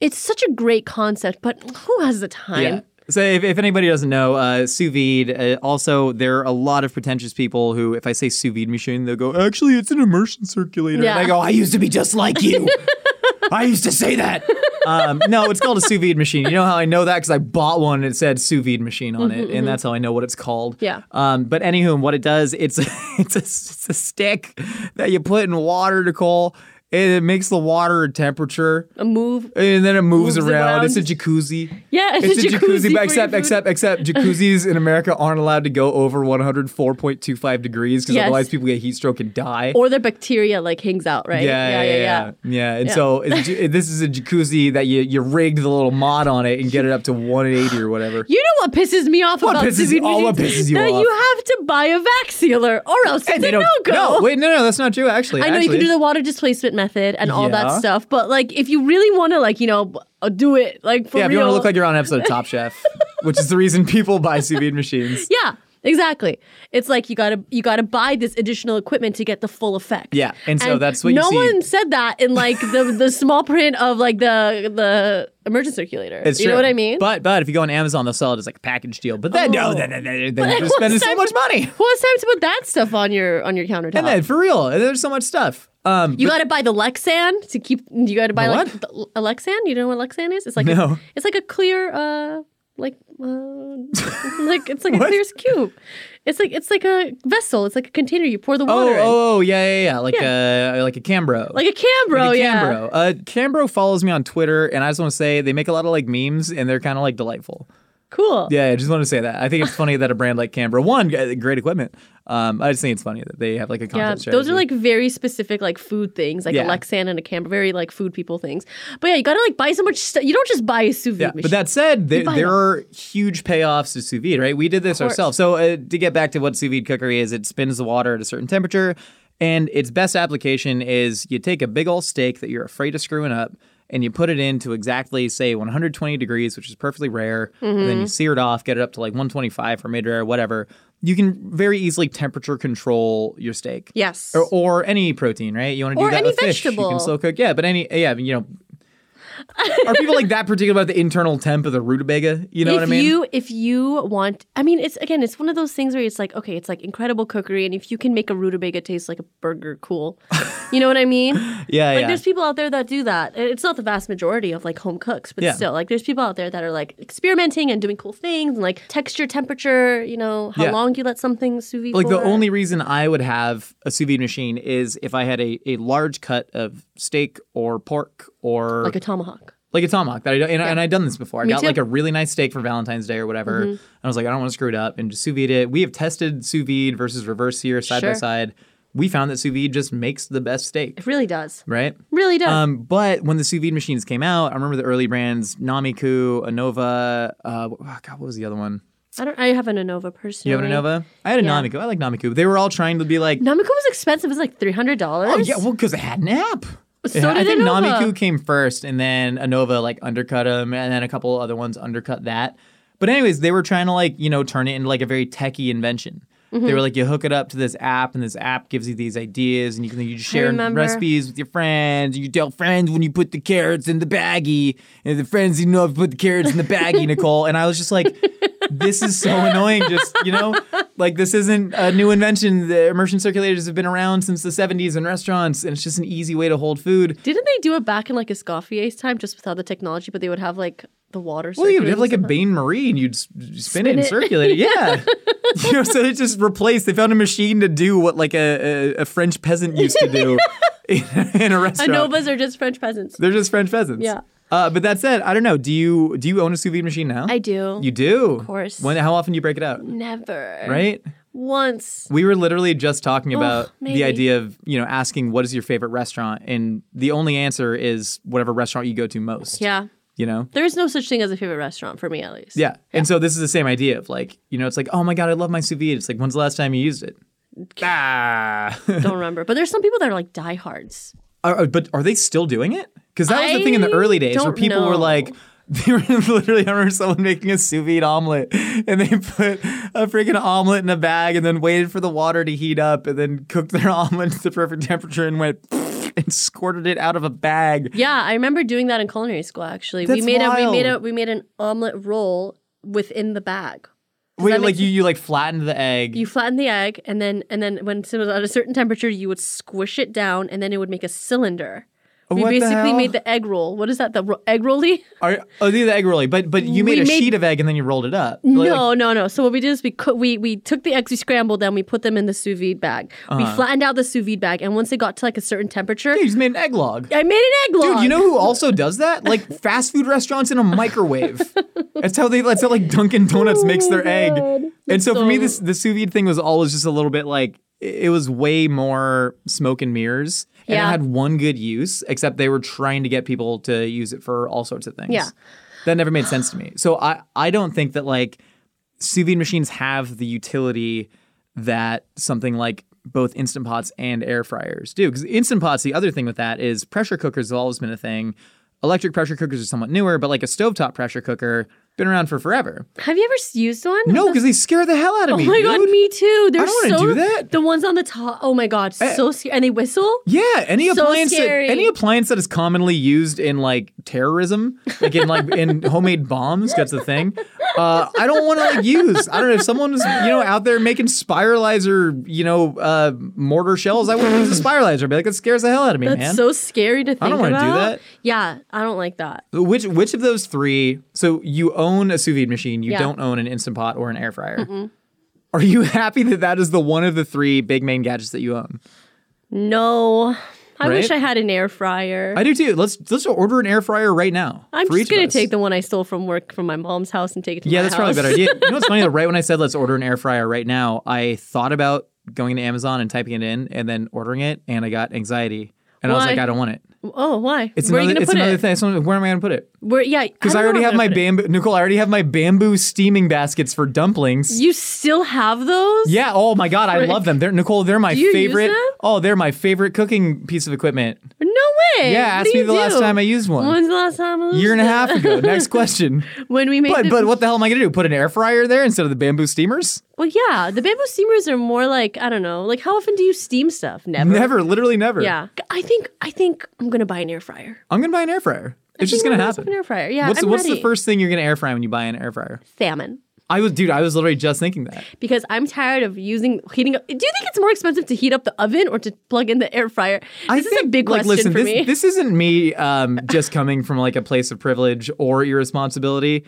Speaker 5: it's such a great concept, but who has the time?
Speaker 6: Yeah. So if, if anybody doesn't know, uh, sous vide. Uh, also, there are a lot of pretentious people who, if I say sous vide machine, they'll go, "Actually, it's an immersion circulator." And I
Speaker 5: Yeah.
Speaker 6: go, "I used to be just like you. I used to say that." Um, no, it's called a sous vide machine. You know how I know that because I bought one and it said sous vide machine on it, and that's how I know what it's called.
Speaker 5: Mm-hmm, Yeah.
Speaker 6: Um, but anywho, what it does, it's it's a, it's a stick that you put in water, Nicole. And it makes the water a temperature,
Speaker 5: A move.
Speaker 6: and then it moves,
Speaker 5: Moves
Speaker 6: around.
Speaker 5: around.
Speaker 6: It's a jacuzzi.
Speaker 5: Yeah, it's,
Speaker 6: It's a jacuzzi,
Speaker 5: for
Speaker 6: but
Speaker 5: your
Speaker 6: except
Speaker 5: food.
Speaker 6: except except jacuzzis in America aren't allowed to go over 104.25 degrees because
Speaker 5: Yes.
Speaker 6: otherwise people get heat stroke and die.
Speaker 5: or the bacteria like hangs out, right?
Speaker 6: yeah, yeah, yeah, yeah, And so it's, ju- this is a jacuzzi that you you rigged the little mod on it and get it up to 180 or whatever.
Speaker 5: You know what pisses me off
Speaker 6: What
Speaker 5: about
Speaker 6: pisses-
Speaker 5: sous vide
Speaker 6: all what
Speaker 5: machines?
Speaker 6: pisses you
Speaker 5: that
Speaker 6: off.
Speaker 5: you have to buy a vac sealer or else
Speaker 6: Hey,
Speaker 5: it's a no go.
Speaker 6: No, wait, no, no, that's not true. Actually,
Speaker 5: I know you
Speaker 6: actually.
Speaker 5: can do the water displacement method and all
Speaker 6: Yeah.
Speaker 5: that stuff, but like if you really want to, like you know, b- uh, do it like for
Speaker 6: Yeah, if
Speaker 5: real.
Speaker 6: you want to look like you're on an episode of Top Chef, which is the reason people buy sous vide machines.
Speaker 5: Yeah, exactly. It's like you gotta you gotta buy this additional equipment to get the full effect.
Speaker 6: Yeah, and so that's what you
Speaker 5: no
Speaker 6: see.
Speaker 5: one said that in like the the small print of like the the emergent circulator.
Speaker 6: It's
Speaker 5: you
Speaker 6: true.
Speaker 5: know what I mean?
Speaker 6: But but if you go on Amazon, they'll sell it as like a package deal. But then no,
Speaker 5: Oh.
Speaker 6: then, then, then,
Speaker 5: But
Speaker 6: then you're
Speaker 5: what's
Speaker 6: spending so
Speaker 5: time
Speaker 6: much
Speaker 5: for-
Speaker 6: money.
Speaker 5: Who has time to put that stuff on your on your countertop?
Speaker 6: And then for real, there's so much stuff. Um,
Speaker 5: you gotta buy the Lexan to keep. You gotta buy
Speaker 6: The
Speaker 5: like
Speaker 6: what?
Speaker 5: the- a Lexan. You know what Lexan is? It's like
Speaker 6: No.
Speaker 5: a, it's like a clear uh like uh, like it's like a
Speaker 6: What?
Speaker 5: clear cube. It's like it's like a vessel. It's like a container. You pour the water
Speaker 6: Oh,
Speaker 5: in.
Speaker 6: oh, oh, yeah, yeah, yeah. Like a like a Cambro.
Speaker 5: Like a Cambro,
Speaker 6: Like a
Speaker 5: yeah.
Speaker 6: Cambro. Uh, Cambro follows me on Twitter, and I just want to say they make a lot of like memes, and they're kind of like delightful.
Speaker 5: Cool.
Speaker 6: Yeah, I just want to say that. I think it's funny that a brand like Cambro, one, uh, great equipment. Um, I just think it's funny that they have like a
Speaker 5: Yeah,
Speaker 6: content
Speaker 5: those
Speaker 6: strategy.
Speaker 5: are like very specific, like food things, like
Speaker 6: Yeah.
Speaker 5: a Lexan and a Canberra, very like food people things. But yeah, you gotta like buy so much stuff. You don't just buy a sous vide
Speaker 6: Yeah,
Speaker 5: machine.
Speaker 6: but that said, there,
Speaker 5: buy
Speaker 6: there
Speaker 5: them.
Speaker 6: are huge payoffs to sous vide, right? We did this
Speaker 5: course.
Speaker 6: ourselves. So uh, to get back to what sous vide cookery is, it spins the water at a certain temperature, and its best application is you take a big old steak that you're afraid of screwing up, and you put it into exactly say 120 degrees, which is perfectly rare. And
Speaker 5: Mm-hmm.
Speaker 6: then you sear it off, get it up to like 125 for mid rare, whatever. You can very easily temperature control your steak.
Speaker 5: yes.
Speaker 6: Or, or any protein, right? You want to do
Speaker 5: Or
Speaker 6: that
Speaker 5: any
Speaker 6: with fish. You
Speaker 5: vegetable.
Speaker 6: can slow cook, yeah. But any, yeah, you know, Are people like that particular about the internal temp of the rutabaga? You know
Speaker 5: if
Speaker 6: what I mean?
Speaker 5: you if you want, I mean, it's again, it's one of those things where it's like, okay, it's like incredible cookery, and if you can make a rutabaga taste like a burger, cool. You know what I mean?
Speaker 6: yeah,
Speaker 5: Like,
Speaker 6: yeah.
Speaker 5: there's people out there that do that. And It's not the vast majority of like home cooks, but
Speaker 6: Yeah.
Speaker 5: still, like, there's people out there that are like experimenting and doing cool things, and like texture, temperature, you know, how
Speaker 6: Yeah.
Speaker 5: long you let something sous vide.
Speaker 6: like the
Speaker 5: for.
Speaker 6: only reason I would have a sous vide machine is if I had a, a large cut of steak or pork or
Speaker 5: like a tomahawk.
Speaker 6: like a tomahawk that I don't, and, and I'd done this before. I got
Speaker 5: too. Mm-hmm.
Speaker 6: like a really nice steak for Valentine's Day or whatever. And I was like, I don't want to screw it up and just sous vide it. We have tested sous vide versus reverse sear side by
Speaker 5: Sure.
Speaker 6: side. We found that sous vide just makes the best steak,
Speaker 5: It really does.
Speaker 6: right?
Speaker 5: Really does.
Speaker 6: Um, but when the sous vide machines came out, I remember the early brands Namiku, Anova. Uh, wh- oh, God, what was the other one?
Speaker 5: I don't. I have an Anova personally.
Speaker 6: You have an Anova? I had a
Speaker 5: Yeah.
Speaker 6: Namiku. I like Namiku. They were all trying to be like,
Speaker 5: Namiko was expensive. It was like three hundred dollars.
Speaker 6: Oh yeah, well, because it had an app.
Speaker 5: So
Speaker 6: It had- I
Speaker 5: did
Speaker 6: think
Speaker 5: Innova.
Speaker 6: Namiku came first, and then Anova like undercut them, and then a couple other ones undercut that. But anyways, they were trying to like you know turn it into like a very techie invention. They were like, you hook it up to this app, and this app gives you these ideas, and you can you just share
Speaker 5: remember.
Speaker 6: recipes with your friends. You tell friends when you put the carrots in the baggie, and the friends you know have put the carrots in the baggie, Nicole. And I was just like, this is so annoying. Just you know, like this isn't a new invention. The immersion circulators have been around since the '70s in restaurants, and it's just an easy way to hold food.
Speaker 5: Didn't they do it back in like Escoffier's time, just without the technology? But they would have like the water.
Speaker 6: Well, you'd
Speaker 5: circuit
Speaker 6: have
Speaker 5: and
Speaker 6: like a
Speaker 5: stuff.
Speaker 6: Bain Marie and you'd s- spin, it and
Speaker 5: it.
Speaker 6: circulate it. Yeah. you know, so it just replaced, they found a machine to do what like a, a, a French peasant used to do in, in a restaurant.
Speaker 5: Anovas are just French peasants.
Speaker 6: They're just French peasants.
Speaker 5: Yeah.
Speaker 6: Uh, but that said, I don't know. Do you do you own a sous vide machine now?
Speaker 5: I do.
Speaker 6: You do? Of
Speaker 5: course.
Speaker 6: When? How often do you break it out?
Speaker 5: Never.
Speaker 6: Right?
Speaker 5: Once.
Speaker 6: We were literally just talking about
Speaker 5: maybe.
Speaker 6: the idea of, you know, asking what is your favorite restaurant? And the only answer is whatever restaurant you go to most.
Speaker 5: Yeah.
Speaker 6: You know?
Speaker 5: There is no such thing as a favorite restaurant for me, at least.
Speaker 6: Yeah. And so this is the same idea of like, you know, it's like, oh my God, I love my sous vide. It's like, when's the last time you used it? Ah.
Speaker 5: Don't remember. But there's some people that are like diehards.
Speaker 6: Are- are- but are they still doing it? Because that was the thing in the
Speaker 5: I
Speaker 6: early days where
Speaker 5: don't
Speaker 6: people were
Speaker 5: know.
Speaker 6: like, they were literally, I remember someone making a sous vide omelet and they put a freaking omelet in a bag and then waited for the water to heat up and then cooked their omelet to the perfect temperature and went and squirted it out of a bag.
Speaker 5: Yeah, I remember doing that in culinary school. Actually, we
Speaker 6: That's
Speaker 5: made a we made a
Speaker 6: wild.
Speaker 5: we made an omelet roll within the bag.
Speaker 6: Wait,
Speaker 5: that
Speaker 6: like
Speaker 5: make
Speaker 6: you, you like flattened the egg.
Speaker 5: You flatten the egg, and then and then when it was at a certain temperature, you would squish it down, and then it would make a cylinder. we
Speaker 6: What the
Speaker 5: basically
Speaker 6: hell?
Speaker 5: made the egg roll. What is that? The ro- egg rolly?
Speaker 6: Are, oh, the egg rolly, but but you made
Speaker 5: We
Speaker 6: a
Speaker 5: made-
Speaker 6: sheet of egg and then you rolled it up. Like-
Speaker 5: No, no, no. So what we did is we co- we we took the eggs, we scrambled them, we put them in the sous vide bag. We
Speaker 6: Uh-huh.
Speaker 5: flattened out the sous vide bag, and once it got to like a certain temperature,
Speaker 6: You just made an egg log.
Speaker 5: I made an egg log.
Speaker 6: Dude, you know who also does that? Like fast food restaurants in a microwave. that's how they. That's how like Dunkin' Donuts makes their egg. And so for me, this the sous vide thing was always just a little bit like it it was way more smoke and mirrors. And
Speaker 5: Yeah.
Speaker 6: it had one good use, except they were trying to get people to use it for all sorts of things.
Speaker 5: Yeah.
Speaker 6: That never made sense to me. So I I don't think that like sous vide machines have the utility that something like both instant pots and air fryers do. Because instant pots, the other thing with that is pressure cookers have always been a thing. Electric pressure cookers are somewhat newer, but like a stovetop pressure cooker, been around for forever.
Speaker 5: Have you ever s- used one?
Speaker 6: No,
Speaker 5: The-
Speaker 6: because they scare the hell out of
Speaker 5: Oh
Speaker 6: me.
Speaker 5: my god,
Speaker 6: dude.
Speaker 5: me too. They're
Speaker 6: don't wanna
Speaker 5: so
Speaker 6: do that.
Speaker 5: the ones on the top. Oh my god, so scary. And they whistle.
Speaker 6: Yeah, any
Speaker 5: So
Speaker 6: appliance that,
Speaker 5: scary.
Speaker 6: any appliance that is commonly used in like terrorism, like in like in homemade bombs, that's the thing. Uh, I don't want to like use. I don't know if someone was you know out there making spiralizer, you know, uh, mortar shells. I wouldn't use a spiralizer. I'd be like, that scares the hell out of me,
Speaker 5: That's
Speaker 6: man.
Speaker 5: so scary to think
Speaker 6: don't wanna do
Speaker 5: about.
Speaker 6: that.
Speaker 5: Yeah, I don't like that.
Speaker 6: which which of those three? So you own a sous vide machine. You
Speaker 5: Yeah.
Speaker 6: don't own an instant pot or an air fryer. Are you happy that that is the one of the three big main gadgets that you own?
Speaker 5: No. I wish
Speaker 6: Right?
Speaker 5: I had an air fryer.
Speaker 6: I do too. Let's let's order an air fryer right now.
Speaker 5: I'm
Speaker 6: for
Speaker 5: just
Speaker 6: each of
Speaker 5: gonna
Speaker 6: us.
Speaker 5: take the one I stole from work from my mom's house and take it to
Speaker 6: Yeah,
Speaker 5: my
Speaker 6: that's probably a better
Speaker 5: house.
Speaker 6: idea. You know what's funny though? Right when I said let's order an air fryer right now, I thought about going to Amazon and typing it in and then ordering it, and I got anxiety, and I was
Speaker 5: Why?
Speaker 6: like, I don't want it.
Speaker 5: Oh, why?
Speaker 6: It's
Speaker 5: Where
Speaker 6: another.
Speaker 5: are you gonna
Speaker 6: it's
Speaker 5: put
Speaker 6: another
Speaker 5: it?
Speaker 6: thing. So where am I going to put it?
Speaker 5: Where, yeah,
Speaker 6: Because I,
Speaker 5: don't
Speaker 6: already
Speaker 5: know where
Speaker 6: have
Speaker 5: I'm gonna
Speaker 6: my
Speaker 5: put it.
Speaker 6: bamboo. Nicole, I already have my bamboo steaming baskets for dumplings.
Speaker 5: You still have those?
Speaker 6: yeah. Oh my god, I love them. They're Nicole. They're my
Speaker 5: Do you use
Speaker 6: favorite.
Speaker 5: them?
Speaker 6: Oh, they're my favorite cooking piece of equipment.
Speaker 5: No way.
Speaker 6: yeah.
Speaker 5: What
Speaker 6: Ask
Speaker 5: do
Speaker 6: me
Speaker 5: you
Speaker 6: the last
Speaker 5: do?
Speaker 6: time I used one.
Speaker 5: When's the last time? I
Speaker 6: Year and a
Speaker 5: used
Speaker 6: half
Speaker 5: it?
Speaker 6: ago. Next question.
Speaker 5: when we made
Speaker 6: But
Speaker 5: the,
Speaker 6: but what the hell am I gonna do? Put an air fryer there instead of the bamboo steamers?
Speaker 5: Well, yeah, the bamboo steamers are more like I don't know. Like, how often do you steam stuff? Never.
Speaker 6: Never, literally never.
Speaker 5: Yeah, I think I think I'm gonna buy an air fryer.
Speaker 6: I'm gonna buy an air fryer. It's just
Speaker 5: think
Speaker 6: gonna
Speaker 5: I'm
Speaker 6: happen.
Speaker 5: An air fryer. Yeah.
Speaker 6: what's
Speaker 5: I'm
Speaker 6: what's the
Speaker 5: ready.
Speaker 6: first thing you're gonna air fry when you buy an air fryer?
Speaker 5: salmon?
Speaker 6: I was, dude. I was literally just thinking that.
Speaker 5: Because I'm tired of using heating up. Do you think it's more expensive to heat up the oven or to plug in the air fryer? This
Speaker 6: I
Speaker 5: is
Speaker 6: think,
Speaker 5: a big
Speaker 6: like,
Speaker 5: question
Speaker 6: listen,
Speaker 5: for
Speaker 6: this,
Speaker 5: me.
Speaker 6: This isn't me um, just coming from like a place of privilege or irresponsibility.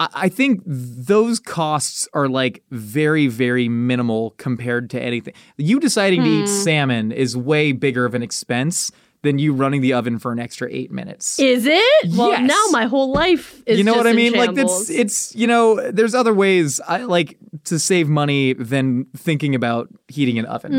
Speaker 6: I, I think those costs are like very, very minimal compared to anything. You deciding to
Speaker 5: Hmm.
Speaker 6: eat salmon is way bigger of an expense than you running the oven for an extra eight minutes.
Speaker 5: is it? Well,
Speaker 6: Yes.
Speaker 5: now my whole life is.
Speaker 6: you know
Speaker 5: just
Speaker 6: what I
Speaker 5: in
Speaker 6: mean? Like
Speaker 5: shambles.
Speaker 6: it's it's you know, there's other ways I like to save money than thinking about heating an oven. you,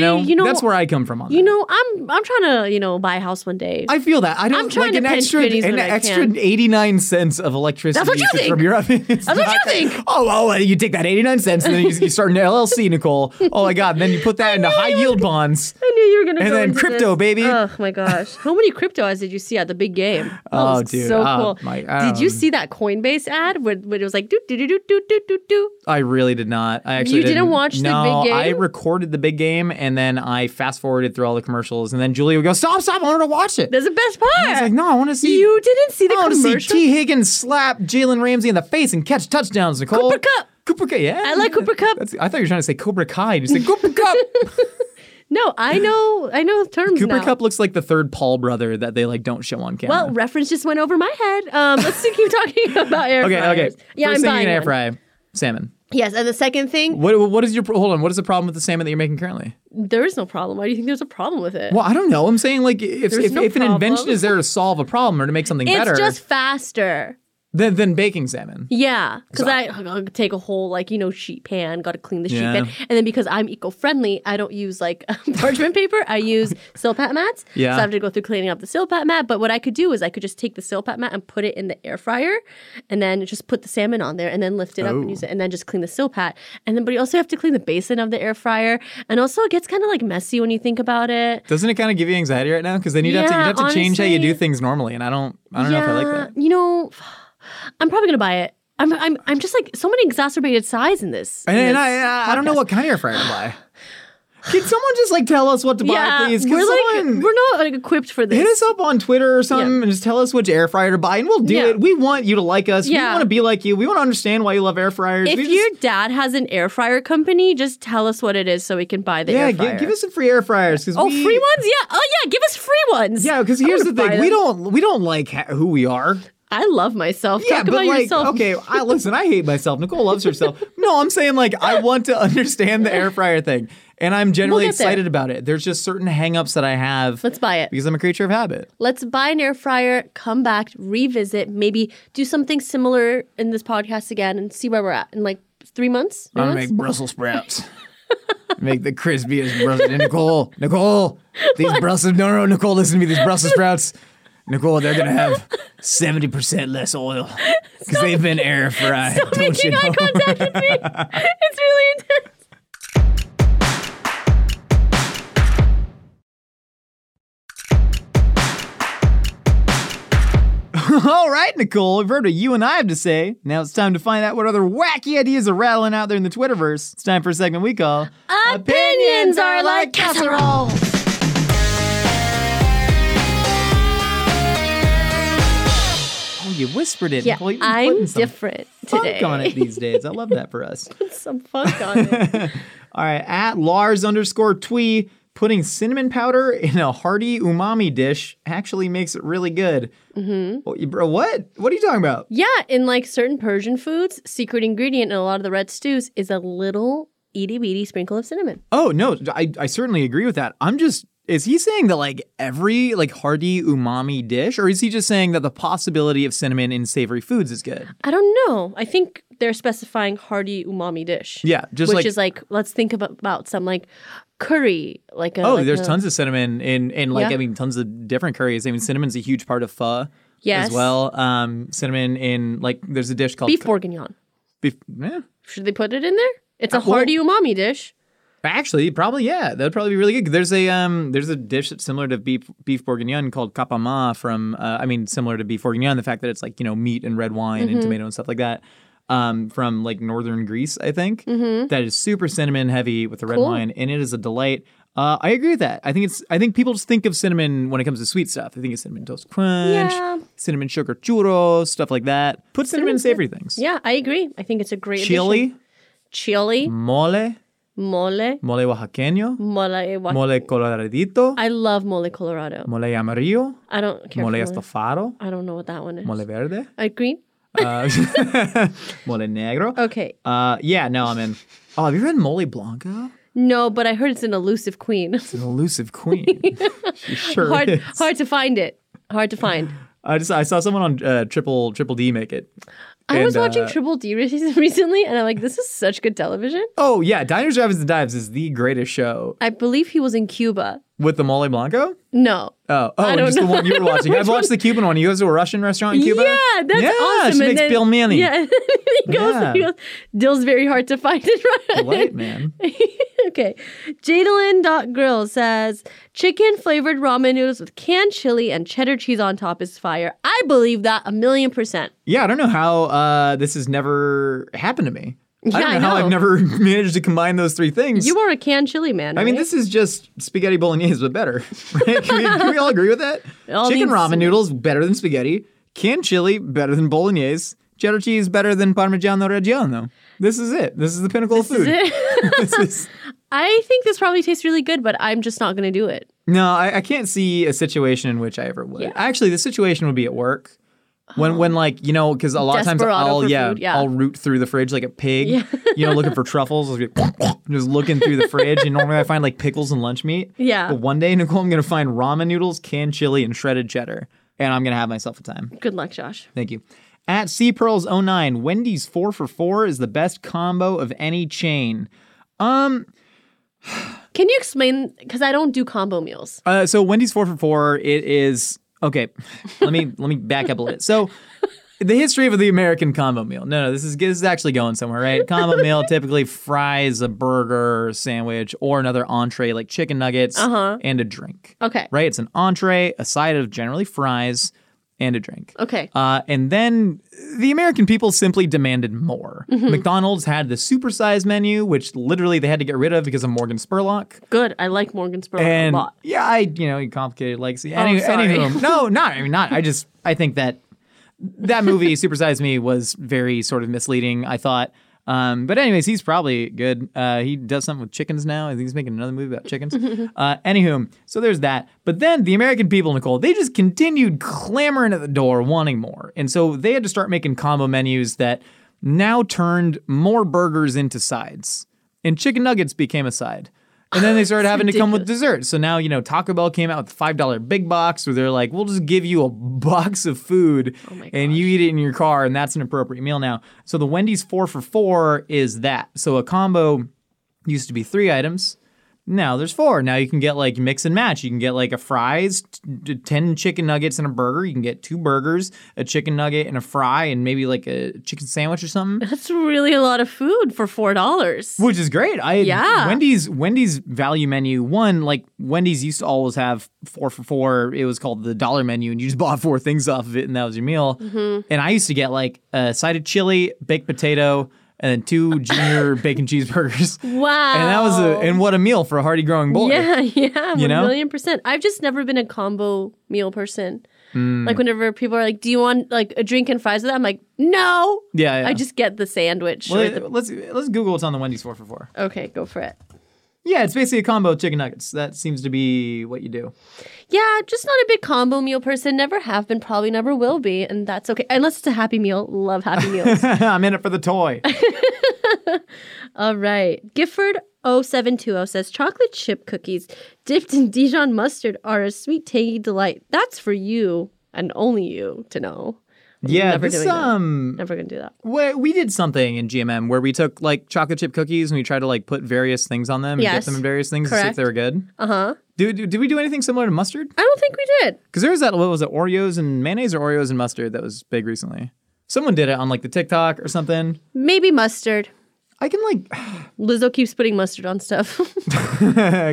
Speaker 6: know?
Speaker 5: Mm. you know-
Speaker 6: that's where I come from on that.
Speaker 5: You know, I'm I'm trying to you know buy a house one day.
Speaker 6: I feel that I don't
Speaker 5: trying
Speaker 6: like
Speaker 5: to
Speaker 6: an
Speaker 5: pinch
Speaker 6: extra
Speaker 5: pennies
Speaker 6: an
Speaker 5: when I
Speaker 6: extra
Speaker 5: can.
Speaker 6: eighty nine cents of electricity
Speaker 5: That's what you
Speaker 6: just
Speaker 5: think.
Speaker 6: from your oven. That's
Speaker 5: what you think.
Speaker 6: Oh, oh, uh, you take that eighty nine cents and then you, you start an LLC, Nicole. Oh my God! And then you put that into high yield bonds.
Speaker 5: I knew you were gonna.
Speaker 6: And
Speaker 5: go
Speaker 6: then
Speaker 5: into
Speaker 6: crypto,
Speaker 5: this.
Speaker 6: baby.
Speaker 5: Oh my gosh, how many crypto ads did you see at the big game? That
Speaker 6: Oh,
Speaker 5: was
Speaker 6: dude.
Speaker 5: so
Speaker 6: Oh,
Speaker 5: cool.
Speaker 6: my-
Speaker 5: did you
Speaker 6: um,
Speaker 5: see that Coinbase ad where, where it was like do do do do do do do do?
Speaker 6: I really did not. I actually
Speaker 5: You didn't watch the
Speaker 6: no,
Speaker 5: big
Speaker 6: I
Speaker 5: game?
Speaker 6: recorded the big game and then I fast forwarded through all the commercials and then Julia would go, "Stop! Stop! I want to watch it."
Speaker 5: That's the best part.
Speaker 6: I was like, "No, I want to see."
Speaker 5: you didn't see the
Speaker 6: I want to see
Speaker 5: commercial.
Speaker 6: T. Higgins slap Jalen Ramsey in the face and catch touchdowns. Nicole
Speaker 5: Cooper Kupp.
Speaker 6: Cooper Cup. Yeah,
Speaker 5: I like Cooper Kupp.
Speaker 6: That's, I thought you were trying to say Cobra Kai. You said Cooper Cup.
Speaker 5: no, I know, I know terms
Speaker 6: Cooper
Speaker 5: now.
Speaker 6: Cup looks like the third Paul brother that they like don't show on camera.
Speaker 5: Well, reference just went over my head. Um, let's see, keep talking about air
Speaker 6: okay,
Speaker 5: fryers.
Speaker 6: okay.
Speaker 5: Yeah,
Speaker 6: First
Speaker 5: I'm
Speaker 6: thing
Speaker 5: buying
Speaker 6: you can air
Speaker 5: one.
Speaker 6: fry salmon.
Speaker 5: Yes, and the second thing,
Speaker 6: What what is your pro- hold on? What is the problem with the salmon that you're making currently?
Speaker 5: there is no problem. Why do you think there's a problem with it?
Speaker 6: Well, I don't know. I'm saying like if
Speaker 5: There's
Speaker 6: if,
Speaker 5: no
Speaker 6: if an invention
Speaker 5: problem.
Speaker 6: is there to solve a problem or to make something
Speaker 5: it's
Speaker 6: better,
Speaker 5: just faster.
Speaker 6: then then baking salmon.
Speaker 5: Yeah, because I, I take a whole like you know sheet pan, got to clean the sheet
Speaker 6: Yeah.
Speaker 5: pan, and then because I'm eco friendly, I don't use like parchment paper. I use silpat mats.
Speaker 6: Yeah.
Speaker 5: so I have to go through cleaning up the silpat mat. But what I could do is I could just take the silpat mat and put it in the air fryer, and then just put the salmon on there, and then lift it up
Speaker 6: Oh.
Speaker 5: and use it, and then just clean the silpat. And then but you also have to clean the basin of the air fryer, and also it gets kind of like messy when you think about it.
Speaker 6: Doesn't it kind of give you anxiety right now? Because then you'd have to
Speaker 5: Yeah,
Speaker 6: you'd have to change how you do
Speaker 5: honestly.
Speaker 6: things normally, and I don't I don't know if I like that.
Speaker 5: You know, I'm probably gonna buy it. I'm, I'm, I'm just like so many exacerbated sighs in this.
Speaker 6: And,
Speaker 5: in
Speaker 6: and
Speaker 5: this
Speaker 6: I, I don't know
Speaker 5: podcast.
Speaker 6: what kind of air fryer to buy. Can someone just like tell us what to buy,
Speaker 5: Yeah,
Speaker 6: please? Can
Speaker 5: we're
Speaker 6: someone
Speaker 5: like we're not like, equipped for
Speaker 6: hit
Speaker 5: this.
Speaker 6: us up on Twitter or something and just tell us which air fryer to buy, and we'll do
Speaker 5: Yeah.
Speaker 6: it. We want you to like us. We
Speaker 5: Yeah.
Speaker 6: want to be like you. We want to understand why you love air fryers.
Speaker 5: If
Speaker 6: we
Speaker 5: your dad has an air fryer company, just tell us what it is so we can buy the
Speaker 6: yeah,
Speaker 5: air
Speaker 6: gi-
Speaker 5: fryer.
Speaker 6: give us some free air fryers. 'cause
Speaker 5: oh
Speaker 6: we-
Speaker 5: free ones. Yeah. Oh yeah. Give us free ones.
Speaker 6: Yeah, because
Speaker 5: I'm
Speaker 6: here's the
Speaker 5: gonna
Speaker 6: thing:
Speaker 5: buy
Speaker 6: we
Speaker 5: them.
Speaker 6: don't we don't like ha- who we are.
Speaker 5: I love myself.
Speaker 6: Yeah,
Speaker 5: Talk
Speaker 6: but
Speaker 5: about
Speaker 6: like,
Speaker 5: yourself.
Speaker 6: okay, I listen. I hate myself. Nicole loves herself. No, I'm saying like I want to understand the air fryer thing, and I'm generally
Speaker 5: get there.
Speaker 6: excited about it. There's just certain hangups that I have
Speaker 5: Let's buy it.
Speaker 6: because I'm a creature of habit.
Speaker 5: Let's buy an air fryer, come back, revisit, maybe do something similar in this podcast again, and see where we're at in like three months. Three
Speaker 6: I'm gonna
Speaker 5: months?
Speaker 6: make Brussels sprouts. make the crispiest Brussels. And Nicole, Nicole, these Brussels. No, no, Nicole, listen to me. These Brussels sprouts, Nicole, they're gonna have seventy percent less oil because they've been air fried.
Speaker 5: Stop making eye contact with me. It's really intense.
Speaker 6: All right, Nicole, we've heard what you and I have to say. Now it's time to find out what other wacky ideas are rattling out there in the Twitterverse. It's time for a segment we call
Speaker 5: Opinions are like
Speaker 4: casserole.
Speaker 6: Oh, you whispered it.
Speaker 5: Yeah,
Speaker 6: Nicole. You've been
Speaker 5: I'm
Speaker 6: putting some
Speaker 5: different
Speaker 6: funk
Speaker 5: today.
Speaker 6: on it these days. I love that for us.
Speaker 5: Some funk on it.
Speaker 6: All right, at Lars underscore Twee, putting cinnamon powder in a hearty umami dish actually makes it really good. Mm-hmm. bro, what? What are you talking about?
Speaker 5: Yeah, in like certain Persian foods, secret ingredient in a lot of the red stews is a little itty bitty sprinkle of cinnamon.
Speaker 6: Oh no, I, I certainly agree with that. I'm just is he saying that like every like hearty umami dish, or is he just saying that the possibility of cinnamon in savory foods is good?
Speaker 5: I don't know. I think they're specifying hearty umami dish.
Speaker 6: Yeah, just
Speaker 5: which
Speaker 6: like-
Speaker 5: is like let's think about, about some like curry, like a,
Speaker 6: Oh,
Speaker 5: like
Speaker 6: there's
Speaker 5: a-
Speaker 6: tons of cinnamon in in like
Speaker 5: Yeah.
Speaker 6: I mean tons of different curries. I mean cinnamon's a huge part of pho
Speaker 5: Yes.
Speaker 6: as well. Um, cinnamon in like there's a dish called
Speaker 5: beef bourguignon.
Speaker 6: beef- eh,
Speaker 5: Should they put it in there? It's
Speaker 6: Uh,
Speaker 5: a hearty umami dish.
Speaker 6: Actually, probably yeah. That'd probably be really good. There's a um, there's a dish that's similar to beef beef bourguignon called capama from. Uh, I mean, similar to beef bourguignon, the fact that it's like you know meat and red wine
Speaker 5: Mm-hmm.
Speaker 6: and tomato and stuff like that. Um, from
Speaker 5: Mm-hmm.
Speaker 6: like northern Greece, I think. That is super cinnamon heavy with the red wine, and it is a delight. Uh, I agree with that. I think it's. I think people just think of cinnamon when it comes to sweet stuff. They think of cinnamon toast crunch,
Speaker 5: Yeah.
Speaker 6: cinnamon sugar churros, stuff like that. Put cinnamon in savory things.
Speaker 5: Yeah, I agree. I think it's a great addition.
Speaker 6: Chili, Mm.
Speaker 5: chili,
Speaker 6: mole,
Speaker 5: mole,
Speaker 6: mole
Speaker 5: Mm.
Speaker 6: oaxaqueño,
Speaker 5: mole. wa-
Speaker 6: mole coloradito,
Speaker 5: I love mole Colorado.
Speaker 6: mole amarillo,
Speaker 5: I don't care.
Speaker 6: mole
Speaker 5: for
Speaker 6: estofado,
Speaker 5: I don't know what that one is.
Speaker 6: mole verde,
Speaker 5: I green.
Speaker 6: uh, mole negro.
Speaker 5: Okay,
Speaker 6: Uh, yeah, no, I'm in. Oh, have you ever had mole blanco?
Speaker 5: no, but I heard it's an elusive queen.
Speaker 6: It's an elusive queen. she sure
Speaker 5: hard,
Speaker 6: is.
Speaker 5: hard to find it. Hard to find.
Speaker 6: I just I saw someone on uh, triple triple D make it.
Speaker 5: I was
Speaker 6: And,
Speaker 5: watching
Speaker 6: uh,
Speaker 5: Triple D re- recently, and I'm like, this is such good television.
Speaker 6: Oh yeah, Diners, Drive-ins, and Dives is the greatest show
Speaker 5: I believe he was in Cuba.
Speaker 6: with the mole blanco.
Speaker 5: No.
Speaker 6: Oh, oh,
Speaker 5: I
Speaker 6: and
Speaker 5: don't
Speaker 6: just the
Speaker 5: know.
Speaker 6: one you were watching. I've watched the Cuban one. You goes to a Russian restaurant in Cuba.
Speaker 5: Yeah, that's
Speaker 6: yeah,
Speaker 5: awesome.
Speaker 6: She
Speaker 5: And
Speaker 6: makes
Speaker 5: then-
Speaker 6: Bill Manning.
Speaker 5: Yeah, and he goes,
Speaker 6: Yeah.
Speaker 5: he goes, Dill's very hard to find in Russia.
Speaker 6: Light man.
Speaker 5: okay. Jadalyn.grill says chicken flavored ramen noodles with canned chili and cheddar cheese on top is fire. I believe that a million percent.
Speaker 6: Yeah, I don't know how uh, this has never happened to me. I
Speaker 5: Yeah,
Speaker 6: don't
Speaker 5: I
Speaker 6: know, how
Speaker 5: know.
Speaker 6: I've never managed to combine those three things.
Speaker 5: You are a canned chili man.
Speaker 6: I mean,
Speaker 5: right?
Speaker 6: this is just spaghetti bolognese, but better. Right? Can, we, can we all agree with that?
Speaker 5: all
Speaker 6: Chicken
Speaker 5: needs-
Speaker 6: ramen noodles better than spaghetti. Canned chili better than bolognese. Cheddar cheese better than Parmigiano Reggiano. This is it. This is the pinnacle of food. This is-
Speaker 5: I think this probably tastes really good, but I'm just not going to do it.
Speaker 6: no, I, I can't see a situation in which I ever would. Actually, the situation would be at work. When, when like you know because a lot of times
Speaker 5: Oh. Desperado
Speaker 6: I'll
Speaker 5: for
Speaker 6: yeah,
Speaker 5: food, yeah.
Speaker 6: I'll root through the fridge like a pig you know looking for truffles I'll be just looking through the fridge and normally I find like pickles and lunch meat
Speaker 5: Yeah.
Speaker 6: but one day Nicole I'm gonna find ramen noodles canned chili and shredded cheddar and I'm gonna have myself a time
Speaker 5: Good luck, Josh.
Speaker 6: Thank you. At C Pearls 09, Wendy's 4 for 4 is the best combo of any chain.
Speaker 5: Can you explain? Because I don't do combo meals.
Speaker 6: Uh, so Wendy's 4 for 4 it is okay. Let me let me back up a little bit. So the history of the American combo meal. No, no, this is this is actually going somewhere, right? Combo meal typically fries, a burger, sandwich, or another entree like chicken nuggets and a drink.
Speaker 5: Okay.
Speaker 6: Right? It's an entree, a side of generally fries, and a drink.
Speaker 5: Okay.
Speaker 6: Uh, and then the American people simply demanded more. McDonald's had the supersize menu, which literally they had to get rid of because of Morgan Spurlock.
Speaker 5: Good. I like Morgan Spurlock
Speaker 6: And
Speaker 5: a lot. Oh,
Speaker 6: yeah, I you know, complicated legacy. Any,
Speaker 5: sorry.
Speaker 6: any of them. No, not I mean not. I just I think that that movie Supersize Me was very sort of misleading. I thought. Um, but anyways, he's probably good. Uh, he does something with chickens now. I think he's making another movie about chickens. uh, anywho, so there's that. But then the American people, Nicole, they just continued clamoring at the door, wanting more, and so they had to start making combo menus that now turned more burgers into sides, and chicken nuggets became a side. And then they started having to come with desserts. So now, you know, Taco Bell came out with the $5 big box where they're like, we'll just give you a box of food and you eat it in your car, and that's an appropriate meal now. So the Wendy's four for four is that. So a combo used to be three items. Now there's four. Now you can get like mix and match. You can get like a fries, t- t- 10 chicken nuggets and a burger. You can get two burgers, a chicken nugget and a fry, and maybe like a chicken sandwich or something.
Speaker 5: That's really a lot of food for four dollars.
Speaker 6: Which is great. I
Speaker 5: Yeah.
Speaker 6: Wendy's Wendy's value menu one like Wendy's used to always have four for four. It was called the dollar menu, and you just bought four things off of it, and that was your meal.
Speaker 5: Mm-hmm.
Speaker 6: And I used to get like a side of chili, baked potato, and then two junior bacon cheeseburgers.
Speaker 5: Wow.
Speaker 6: And that was a and what a meal for a hardy growing boy.
Speaker 5: Yeah, yeah,
Speaker 6: You
Speaker 5: a
Speaker 6: know?
Speaker 5: million percent. I've just never been a combo meal person.
Speaker 6: Hmm.
Speaker 5: Like whenever people are like, "Do you want like a drink and fries with that?" I'm like, "No."
Speaker 6: Yeah, yeah.
Speaker 5: I just get the sandwich.
Speaker 6: Well,
Speaker 5: or the-
Speaker 6: let's let's Google what's on the Wendy's four for four.
Speaker 5: okay, go for it.
Speaker 6: Yeah, it's basically a combo of chicken nuggets. That seems to be what you do.
Speaker 5: Yeah, just not a big combo meal person. Never have been. Probably never will be, and that's okay. Unless it's a happy meal. Love happy meals.
Speaker 6: I'm in it for the toy.
Speaker 5: All right. Gifford 0720 says chocolate chip cookies dipped in Dijon mustard are a sweet tangy delight. That's for you and only you to know.
Speaker 6: yeah,
Speaker 5: Never
Speaker 6: this
Speaker 5: doing that.
Speaker 6: um
Speaker 5: Never gonna do that.
Speaker 6: Well, we did something in GMM where we took like chocolate chip cookies and we tried to like put various things on them and dip
Speaker 5: Yes.
Speaker 6: them in various things to see if
Speaker 5: Correct. Uh-huh.
Speaker 6: they were good. Uh huh. Do, do, did we do anything similar to mustard?
Speaker 5: I don't think we did.
Speaker 6: Because there was that what was it Oreos and mayonnaise or Oreos and mustard that was big recently. Someone did it on like the TikTok or something.
Speaker 5: Maybe mustard.
Speaker 6: I can like,
Speaker 5: Lizzo keeps putting mustard on stuff.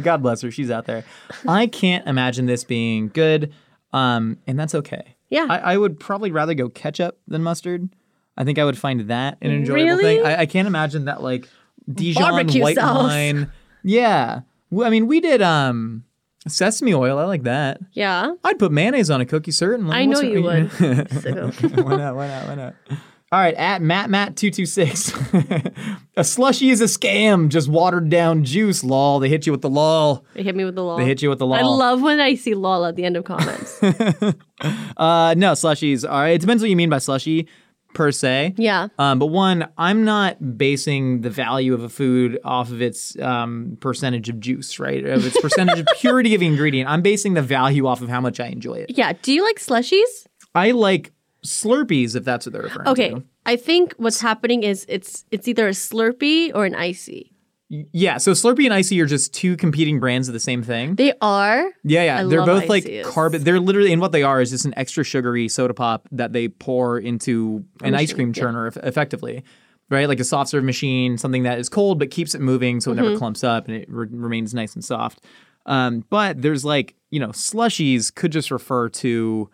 Speaker 6: God bless her, she's out there. I can't imagine this being good, um, and that's okay.
Speaker 5: Yeah.
Speaker 6: I, I would probably rather go ketchup than mustard. I think I would find that an enjoyable
Speaker 5: Really?
Speaker 6: thing. I, I can't imagine that like Dijon
Speaker 5: Barbecue
Speaker 6: white
Speaker 5: sauce.
Speaker 6: wine. Yeah. Well, I mean, we did um sesame oil. I like that.
Speaker 5: Yeah.
Speaker 6: I'd put mayonnaise on a cookie, certainly.
Speaker 5: I know
Speaker 6: What's-
Speaker 5: you would. Sicko.
Speaker 6: why not? Why not? Why not? All right, at Matt Matt two two six, a slushy is a scam. Just watered down juice. Lol. They hit you with the lol.
Speaker 5: They hit me with the law.
Speaker 6: They hit you with the lol.
Speaker 5: I love when I see lol at the end of comments.
Speaker 6: Uh, no slushies. All right, it depends what you mean by slushy, per se.
Speaker 5: Yeah.
Speaker 6: Um, but one, I'm not basing the value of a food off of its um, percentage of juice, right? Of its percentage of purity of ingredient. I'm basing the value off of how much I enjoy it.
Speaker 5: yeah. Do you like slushies?
Speaker 6: I like Slurpees, if that's what they're referring
Speaker 5: Okay.
Speaker 6: to.
Speaker 5: I think what's happening is it's it's either a Slurpee or an icy.
Speaker 6: Yeah, so Slurpee and Icy are just two competing brands of the same thing.
Speaker 5: They are.
Speaker 6: Yeah, yeah.
Speaker 5: I
Speaker 6: they're
Speaker 5: love
Speaker 6: both like
Speaker 5: Icy's.
Speaker 6: carbon. They're literally, and what they are is just an extra sugary soda pop that they pour into an ice cream churner eff- effectively, right? Like a soft serve machine, something that is cold but keeps it moving so it
Speaker 5: Mm-hmm.
Speaker 6: never clumps up and it re- remains nice and soft. Um, but there's like, you know, slushies could just refer to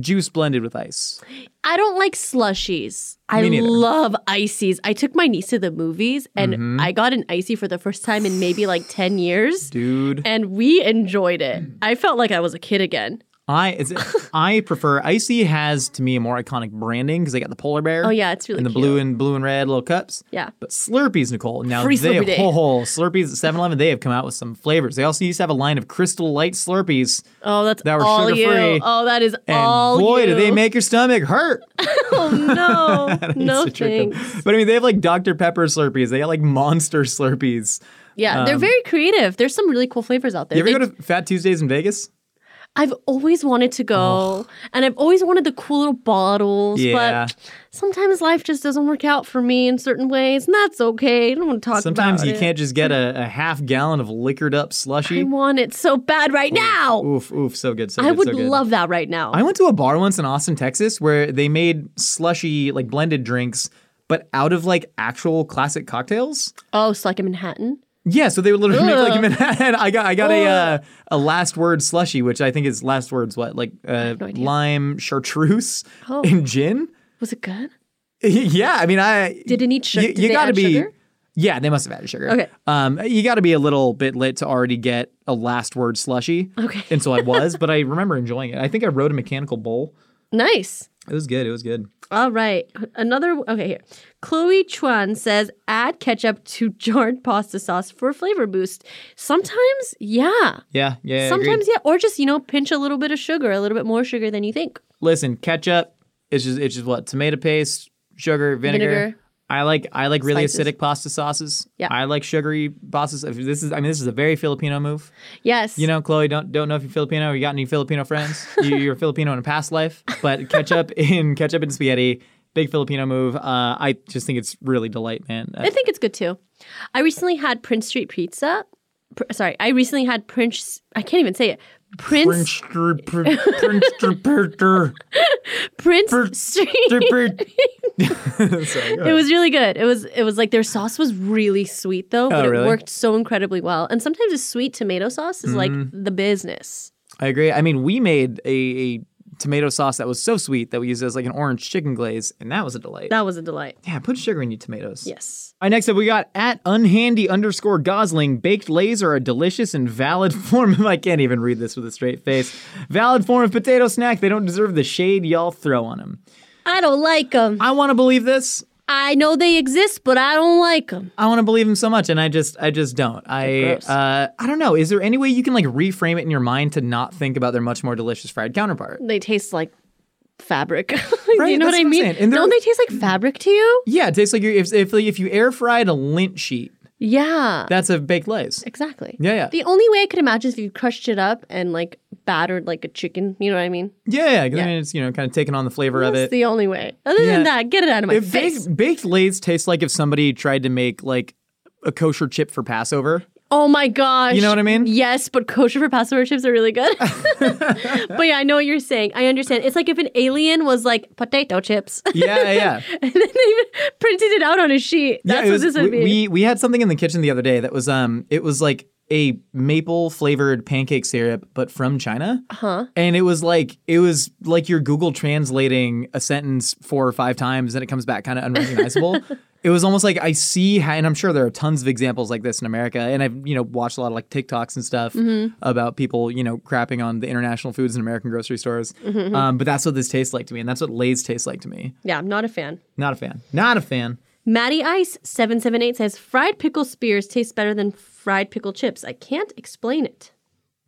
Speaker 6: juice blended with ice.
Speaker 5: I don't like slushies. I
Speaker 6: Me neither.
Speaker 5: love icies. I took my niece to the movies and
Speaker 6: Mm-hmm.
Speaker 5: I got an icy for the first time in maybe like 10 years.
Speaker 6: Dude,
Speaker 5: And we enjoyed it. I felt like I was a kid again.
Speaker 6: I it's, I prefer Icy has to me a more iconic branding because they got the polar bear.
Speaker 5: Oh, yeah, it's really
Speaker 6: and the
Speaker 5: cute.
Speaker 6: blue and blue and red little cups.
Speaker 5: Yeah.
Speaker 6: But Slurpees, Nicole. Now
Speaker 5: Free
Speaker 6: they
Speaker 5: Slurpee Day.
Speaker 6: oh, Slurpees at 7-Eleven, they have come out with some flavors. They also used to have a line of crystal light Slurpees.
Speaker 5: Oh, that's
Speaker 6: That were
Speaker 5: all you.
Speaker 6: sugar-free.
Speaker 5: Oh, that is
Speaker 6: And
Speaker 5: all
Speaker 6: boy,
Speaker 5: you.
Speaker 6: do they make your stomach hurt.
Speaker 5: Oh, no. no
Speaker 6: It's a trick 'em.
Speaker 5: thanks.
Speaker 6: But I mean, they have like Dr. Pepper Slurpees. They got like monster Slurpees.
Speaker 5: Yeah, they're very creative. There's some really cool flavors out there.
Speaker 6: Um, You ever
Speaker 5: They-
Speaker 6: go to Fat Tuesdays in Vegas?
Speaker 5: I've always wanted to go, and I've always wanted the cool little bottles,
Speaker 6: Oh. Yeah.
Speaker 5: but sometimes life just doesn't work out for me in certain ways, and that's okay. I don't want to talk
Speaker 6: Sometimes
Speaker 5: about
Speaker 6: you
Speaker 5: it.
Speaker 6: can't just get a, a half gallon of liquored up
Speaker 5: I
Speaker 6: slushy.
Speaker 5: want it so bad right now.
Speaker 6: Oof, oof, so good, so
Speaker 5: I
Speaker 6: good,
Speaker 5: would
Speaker 6: so good.
Speaker 5: love that right now.
Speaker 6: I went to a bar once in Austin, Texas, where they made slushy, like blended drinks, but out of like actual classic cocktails.
Speaker 5: oh, so like in Manhattan?
Speaker 6: Yeah, so they would literally make like a Manhattan. I got I got a uh, a last word slushy, which I think is last words what like uh,
Speaker 5: no idea. Oh.
Speaker 6: lime chartreuse and gin.
Speaker 5: Was it good?
Speaker 6: yeah, I mean I
Speaker 5: Did it need sugar?
Speaker 6: You,
Speaker 5: Did they
Speaker 6: gotta
Speaker 5: add
Speaker 6: be.
Speaker 5: sugar?
Speaker 6: Yeah, they must have added sugar.
Speaker 5: Okay.
Speaker 6: Um, you got to be a little bit lit to already get a last word slushy.
Speaker 5: Okay.
Speaker 6: And so I was, but I remember enjoying it. I think I rode a mechanical bull.
Speaker 5: Nice.
Speaker 6: It was good. It was good.
Speaker 5: All right. Another okay here. Chloe Chuan says add ketchup to jarred pasta sauce for flavor boost. Sometimes, yeah.
Speaker 6: Yeah, yeah. agreed.
Speaker 5: Sometimes, yeah, or just you know, pinch a little bit of sugar, a little bit more sugar than you think.
Speaker 6: listen, ketchup is just it's just what tomato paste, sugar, vinegar.
Speaker 5: Vinegar.
Speaker 6: I like I like really
Speaker 5: Spices.
Speaker 6: acidic pasta sauces.
Speaker 5: Yeah.
Speaker 6: I like sugary pastas. If This is I mean this is a very Filipino move.
Speaker 5: Yes,
Speaker 6: You know, Chloe, don't don't know if you're Filipino or you got any Filipino friends. you, you're Filipino in a past life, but ketchup in ketchup and spaghetti, big Filipino move. Uh, I just think it's really delight, man. Uh,
Speaker 5: I think it's good too. I recently had Prince Street Pizza. Pr- sorry, I recently had Prince. I can't even say it. Prince Prince, Street.
Speaker 6: Sorry, go
Speaker 5: It
Speaker 6: ahead.
Speaker 5: was really good. It was it was like their sauce was really sweet though, but
Speaker 6: Oh, really?
Speaker 5: it worked so incredibly well. And sometimes a sweet tomato sauce is
Speaker 6: Mm.
Speaker 5: like the business.
Speaker 6: I agree. I mean, we made a, a tomato sauce that was so sweet that we used as like an orange chicken glaze, and that was a delight.
Speaker 5: That was a delight.
Speaker 6: yeah, put sugar in your tomatoes.
Speaker 5: Yes.
Speaker 6: All right, next up, we got at unhandy underscore gosling. Baked lays are a delicious and valid form of. I can't even read this with a straight face. Valid form of potato snack. They don't deserve the shade y'all throw on them.
Speaker 5: I don't like them.
Speaker 6: I want to believe this.
Speaker 5: I know they exist, but I don't like them.
Speaker 6: I want to believe him so much, and I just, I just don't. I,
Speaker 5: Gross.
Speaker 6: uh, I don't know. Is there any way you can like reframe it in your mind to not think about their much more delicious fried counterpart?
Speaker 5: they taste like fabric.
Speaker 6: Right,
Speaker 5: you know
Speaker 6: that's
Speaker 5: what I
Speaker 6: what I'm
Speaker 5: mean?
Speaker 6: saying. And they're-
Speaker 5: Don't they taste like fabric to you?
Speaker 6: Yeah, it tastes like you if if, if you air fried a lint sheet,
Speaker 5: Yeah.
Speaker 6: that's a baked lays.
Speaker 5: exactly.
Speaker 6: Yeah, yeah.
Speaker 5: The only way I could imagine is if you crushed it up and like battered like a chicken. You know what I mean?
Speaker 6: Yeah, yeah. 'cause
Speaker 5: Yeah.
Speaker 6: then it's you know kind of taking on the flavor of
Speaker 5: That's
Speaker 6: it.
Speaker 5: the only way. Other
Speaker 6: Yeah.
Speaker 5: than that, get it out of my
Speaker 6: if
Speaker 5: face.
Speaker 6: baked, baked lays taste like if somebody tried to make like a kosher chip for Passover.
Speaker 5: oh my gosh.
Speaker 6: You know what I mean?
Speaker 5: Yes, but kosher for Passover chips are really good. but yeah, I know what you're saying. I understand. It's like if an alien was like potato chips and
Speaker 6: Yeah, yeah. yeah,
Speaker 5: then they printed it out on a sheet.
Speaker 6: it
Speaker 5: That's what
Speaker 6: was-
Speaker 5: this would
Speaker 6: we,
Speaker 5: be.
Speaker 6: we we had something in the kitchen the other day that was um it was like a maple flavored pancake syrup but from China. Uh-huh. And it was like it was like you're Google translating a sentence four or five times and it comes back kind of unrecognizable. it was almost like I see, how, and I'm sure there are tons of examples like this in America, and I've you know watched a lot of like TikToks and stuff
Speaker 5: Mm-hmm.
Speaker 6: about people you know crapping on the international foods in American grocery stores.
Speaker 5: Mm-hmm.
Speaker 6: Um, but that's what this tastes like to me, and that's what Lay's tastes like to me.
Speaker 5: Yeah, I'm not a fan.
Speaker 6: Not a fan. Not a fan.
Speaker 5: Maddie Ice seven seven eight says fried pickle spears taste better than fried pickle chips. I can't explain it.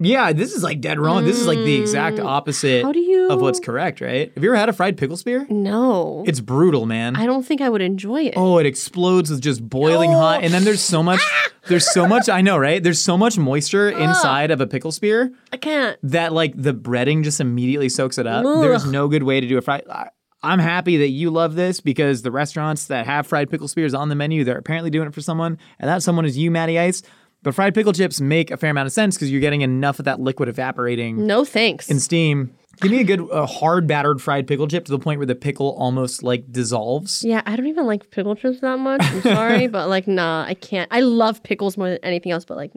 Speaker 6: Yeah, this is like dead wrong. This is like the exact opposite
Speaker 5: Mm. How do you-
Speaker 6: of what's correct, right? Have you ever had a fried pickle spear?
Speaker 5: No,
Speaker 6: It's brutal, man.
Speaker 5: I don't think I would enjoy it.
Speaker 6: Oh, it explodes with just boiling hot, and then there's so much.
Speaker 5: Ah!
Speaker 6: there's so much. I know, right? There's so much moisture inside of a pickle spear
Speaker 5: I can't.
Speaker 6: that like the breading just immediately soaks it up. There's no good way to do a fried. I, I'm happy that you love this because the restaurants that have fried pickle spears on the menu, they're apparently doing it for someone, and that someone is you, Matty Ice. But fried pickle chips make a fair amount of sense because you're getting enough of that liquid evaporating
Speaker 5: No thanks.
Speaker 6: in steam. Give me a good, uh, hard battered fried pickle chip to the point where the pickle almost like dissolves.
Speaker 5: yeah, I don't even like pickle chips that much. I'm sorry, but like, nah, I can't. I love pickles more than anything else, but like,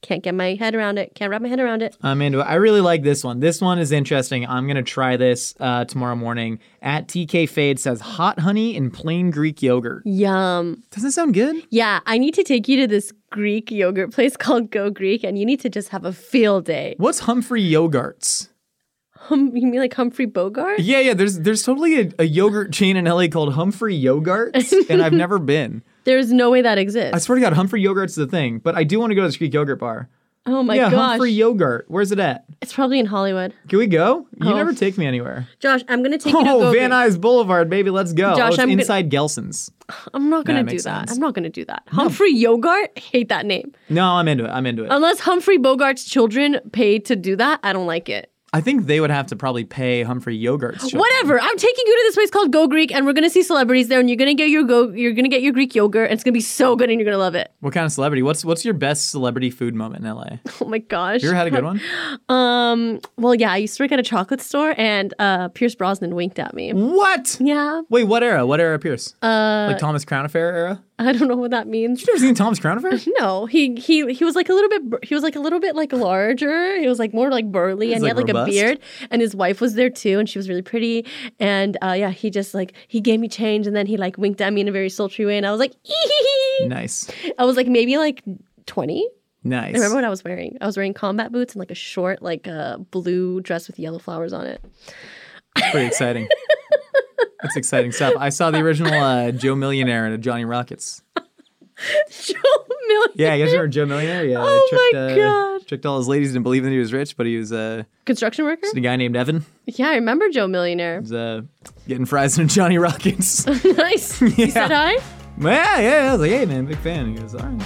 Speaker 5: can't get my head around it. Can't wrap my head around it.
Speaker 6: I'm into it. Um, I really like this one. This one is interesting. I'm gonna try this uh, tomorrow morning. At TK Fade says hot honey and plain Greek yogurt.
Speaker 5: Yum.
Speaker 6: Doesn't that sound good?
Speaker 5: Yeah, I need to take you to this Greek yogurt place called Go Greek, and you need to just have a field day.
Speaker 6: What's Humphrey Yogurts?
Speaker 5: Hum, you mean like Humphrey Bogart?
Speaker 6: Yeah, yeah. There's there's totally a, a yogurt chain in LA called Humphrey Yogurts, and I've never been.
Speaker 5: There's no way that
Speaker 6: I
Speaker 5: exists.
Speaker 6: swear to God, Humphrey Yogurt's the thing. But I do want to go to this Greek yogurt bar.
Speaker 5: oh my
Speaker 6: yeah,
Speaker 5: gosh,
Speaker 6: Humphrey Yogurt. Where's it at?
Speaker 5: it's probably in Hollywood.
Speaker 6: Can we go? You
Speaker 5: Oh.
Speaker 6: never take me anywhere.
Speaker 5: Josh, I'm gonna take you to
Speaker 6: Oh,
Speaker 5: Go
Speaker 6: Van
Speaker 5: Greek.
Speaker 6: Nuys Boulevard, baby. Let's go.
Speaker 5: Josh,
Speaker 6: oh, it's
Speaker 5: I'm gonna-
Speaker 6: inside Gelson's.
Speaker 5: I'm not gonna
Speaker 6: That
Speaker 5: do
Speaker 6: makes
Speaker 5: that.
Speaker 6: sense.
Speaker 5: I'm not gonna do that. Humphrey Yogurt, hate that name.
Speaker 6: No, I'm into it. I'm into it.
Speaker 5: Unless Humphrey Bogart's children paid to do that, I don't like it.
Speaker 6: I think they would have to probably pay Humphrey Yogurt's. children.
Speaker 5: Whatever. I'm taking you to this place called Go Greek, and we're gonna see celebrities there, and you're gonna get your go, you're gonna get your Greek yogurt, and it's gonna be so good, and you're gonna love it.
Speaker 6: What kind of celebrity? What's what's your best celebrity food moment in LA? Have
Speaker 5: Oh my gosh.
Speaker 6: you ever had a good one?
Speaker 5: Um. Well, yeah, I used to work at a chocolate store, and uh, Pierce Brosnan winked at
Speaker 6: Mm.
Speaker 5: me.
Speaker 6: What?
Speaker 5: Yeah,
Speaker 6: Wait, what era? What era Pierce? Uh, like Thomas Crown Affair era?
Speaker 5: I don't know what that means.
Speaker 6: You ever seen Thomas Crown Affair?
Speaker 5: No, he he he was like a little bit. bur- He was like a little bit like larger. He was like more like burly, and he
Speaker 6: like,
Speaker 5: had like
Speaker 6: robust?
Speaker 5: a beard. And his wife was there too, and she was really pretty. And uh, yeah, he just like he gave me change, and then he like winked at me in a very sultry way, and I was like, "Ee-hee-hee."
Speaker 6: nice,
Speaker 5: I was like maybe like twenty.
Speaker 6: nice.
Speaker 5: I remember what I was wearing. I was wearing combat boots and like a short like uh, blue dress with yellow flowers on it.
Speaker 6: Pretty exciting. That's exciting stuff. I saw the original uh, Joe Millionaire and Johnny Rockets.
Speaker 5: Joe Million.
Speaker 6: Yeah, you guys remember Joe Millionaire? Yeah,
Speaker 5: Oh
Speaker 6: he tricked,
Speaker 5: my
Speaker 6: uh,
Speaker 5: God.
Speaker 6: tricked all his ladies, didn't believe that he was rich, but he was uh,
Speaker 5: Construction worker?
Speaker 6: a guy named Evan.
Speaker 5: Yeah, I remember Joe Millionaire.
Speaker 6: He was uh, getting fries and Johnny Rockets. yeah,
Speaker 5: nice. You said hi?
Speaker 6: yeah. I was like, hey man, big fan. He goes, all right,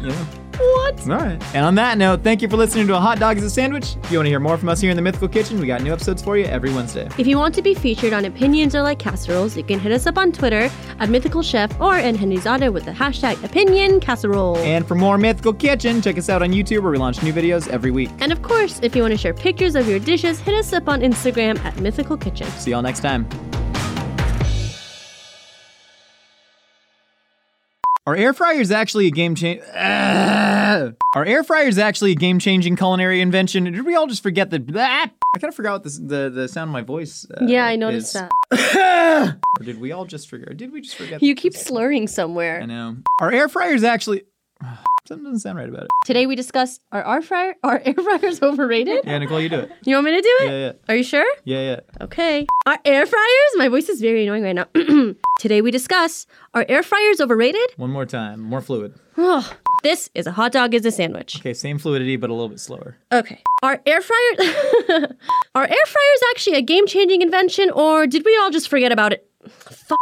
Speaker 6: yeah.
Speaker 5: what?
Speaker 6: All right. And on that note, thank you for listening to A Hot Dog is a Sandwich. If you want to hear more from us here in the Mythical Kitchen, we got new episodes for you every Wednesday.
Speaker 5: If you want to be featured on Opinions Are Like Casseroles, you can hit us up on Twitter at Mythical Chef or in Henry's Auto with the hashtag Opinion Casserole. And,
Speaker 6: And for more Mythical Kitchen, check us out on YouTube where we launch new videos every week.
Speaker 5: of course, if you want to share pictures of your dishes, hit us up on Instagram at Mythical Kitchen.
Speaker 6: See y'all next time. Our air fryer is actually a game change. Our air fryer is actually a game changing culinary invention. Did we all just forget that? I kind of forgot what this, the the sound of my voice. Uh,
Speaker 5: Yeah, I noticed
Speaker 6: is.
Speaker 5: that.
Speaker 6: Or did we all just forget? Or did we just forget?
Speaker 5: You keep slurring somewhere.
Speaker 6: I know. Our air fryer is actually. Something doesn't sound right about it.
Speaker 5: Today we discussed are our fryer are air fryers overrated?
Speaker 6: Yeah, Nicole, you do it.
Speaker 5: You want me to do it?
Speaker 6: Yeah, yeah.
Speaker 5: Are you sure?
Speaker 6: Yeah, yeah.
Speaker 5: Okay. Are air fryers? My voice is very annoying right now. Today we discuss are air fryers overrated?
Speaker 6: One more time. More fluid.
Speaker 5: Ugh. This is a hot dog is a sandwich.
Speaker 6: Okay, same fluidity, but a little bit slower.
Speaker 5: Okay. Are air fryers are air fryers actually a game changing invention, or did we all just forget about it?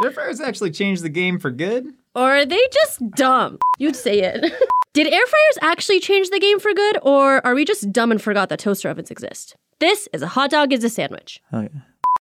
Speaker 6: Air fryers actually changed the game for good.
Speaker 5: Or are they just dumb? You'd say it. Did air fryers actually change the game for good, or are we just dumb and forgot that toaster ovens exist? This is a hot dog is a sandwich.
Speaker 6: Oh, yeah.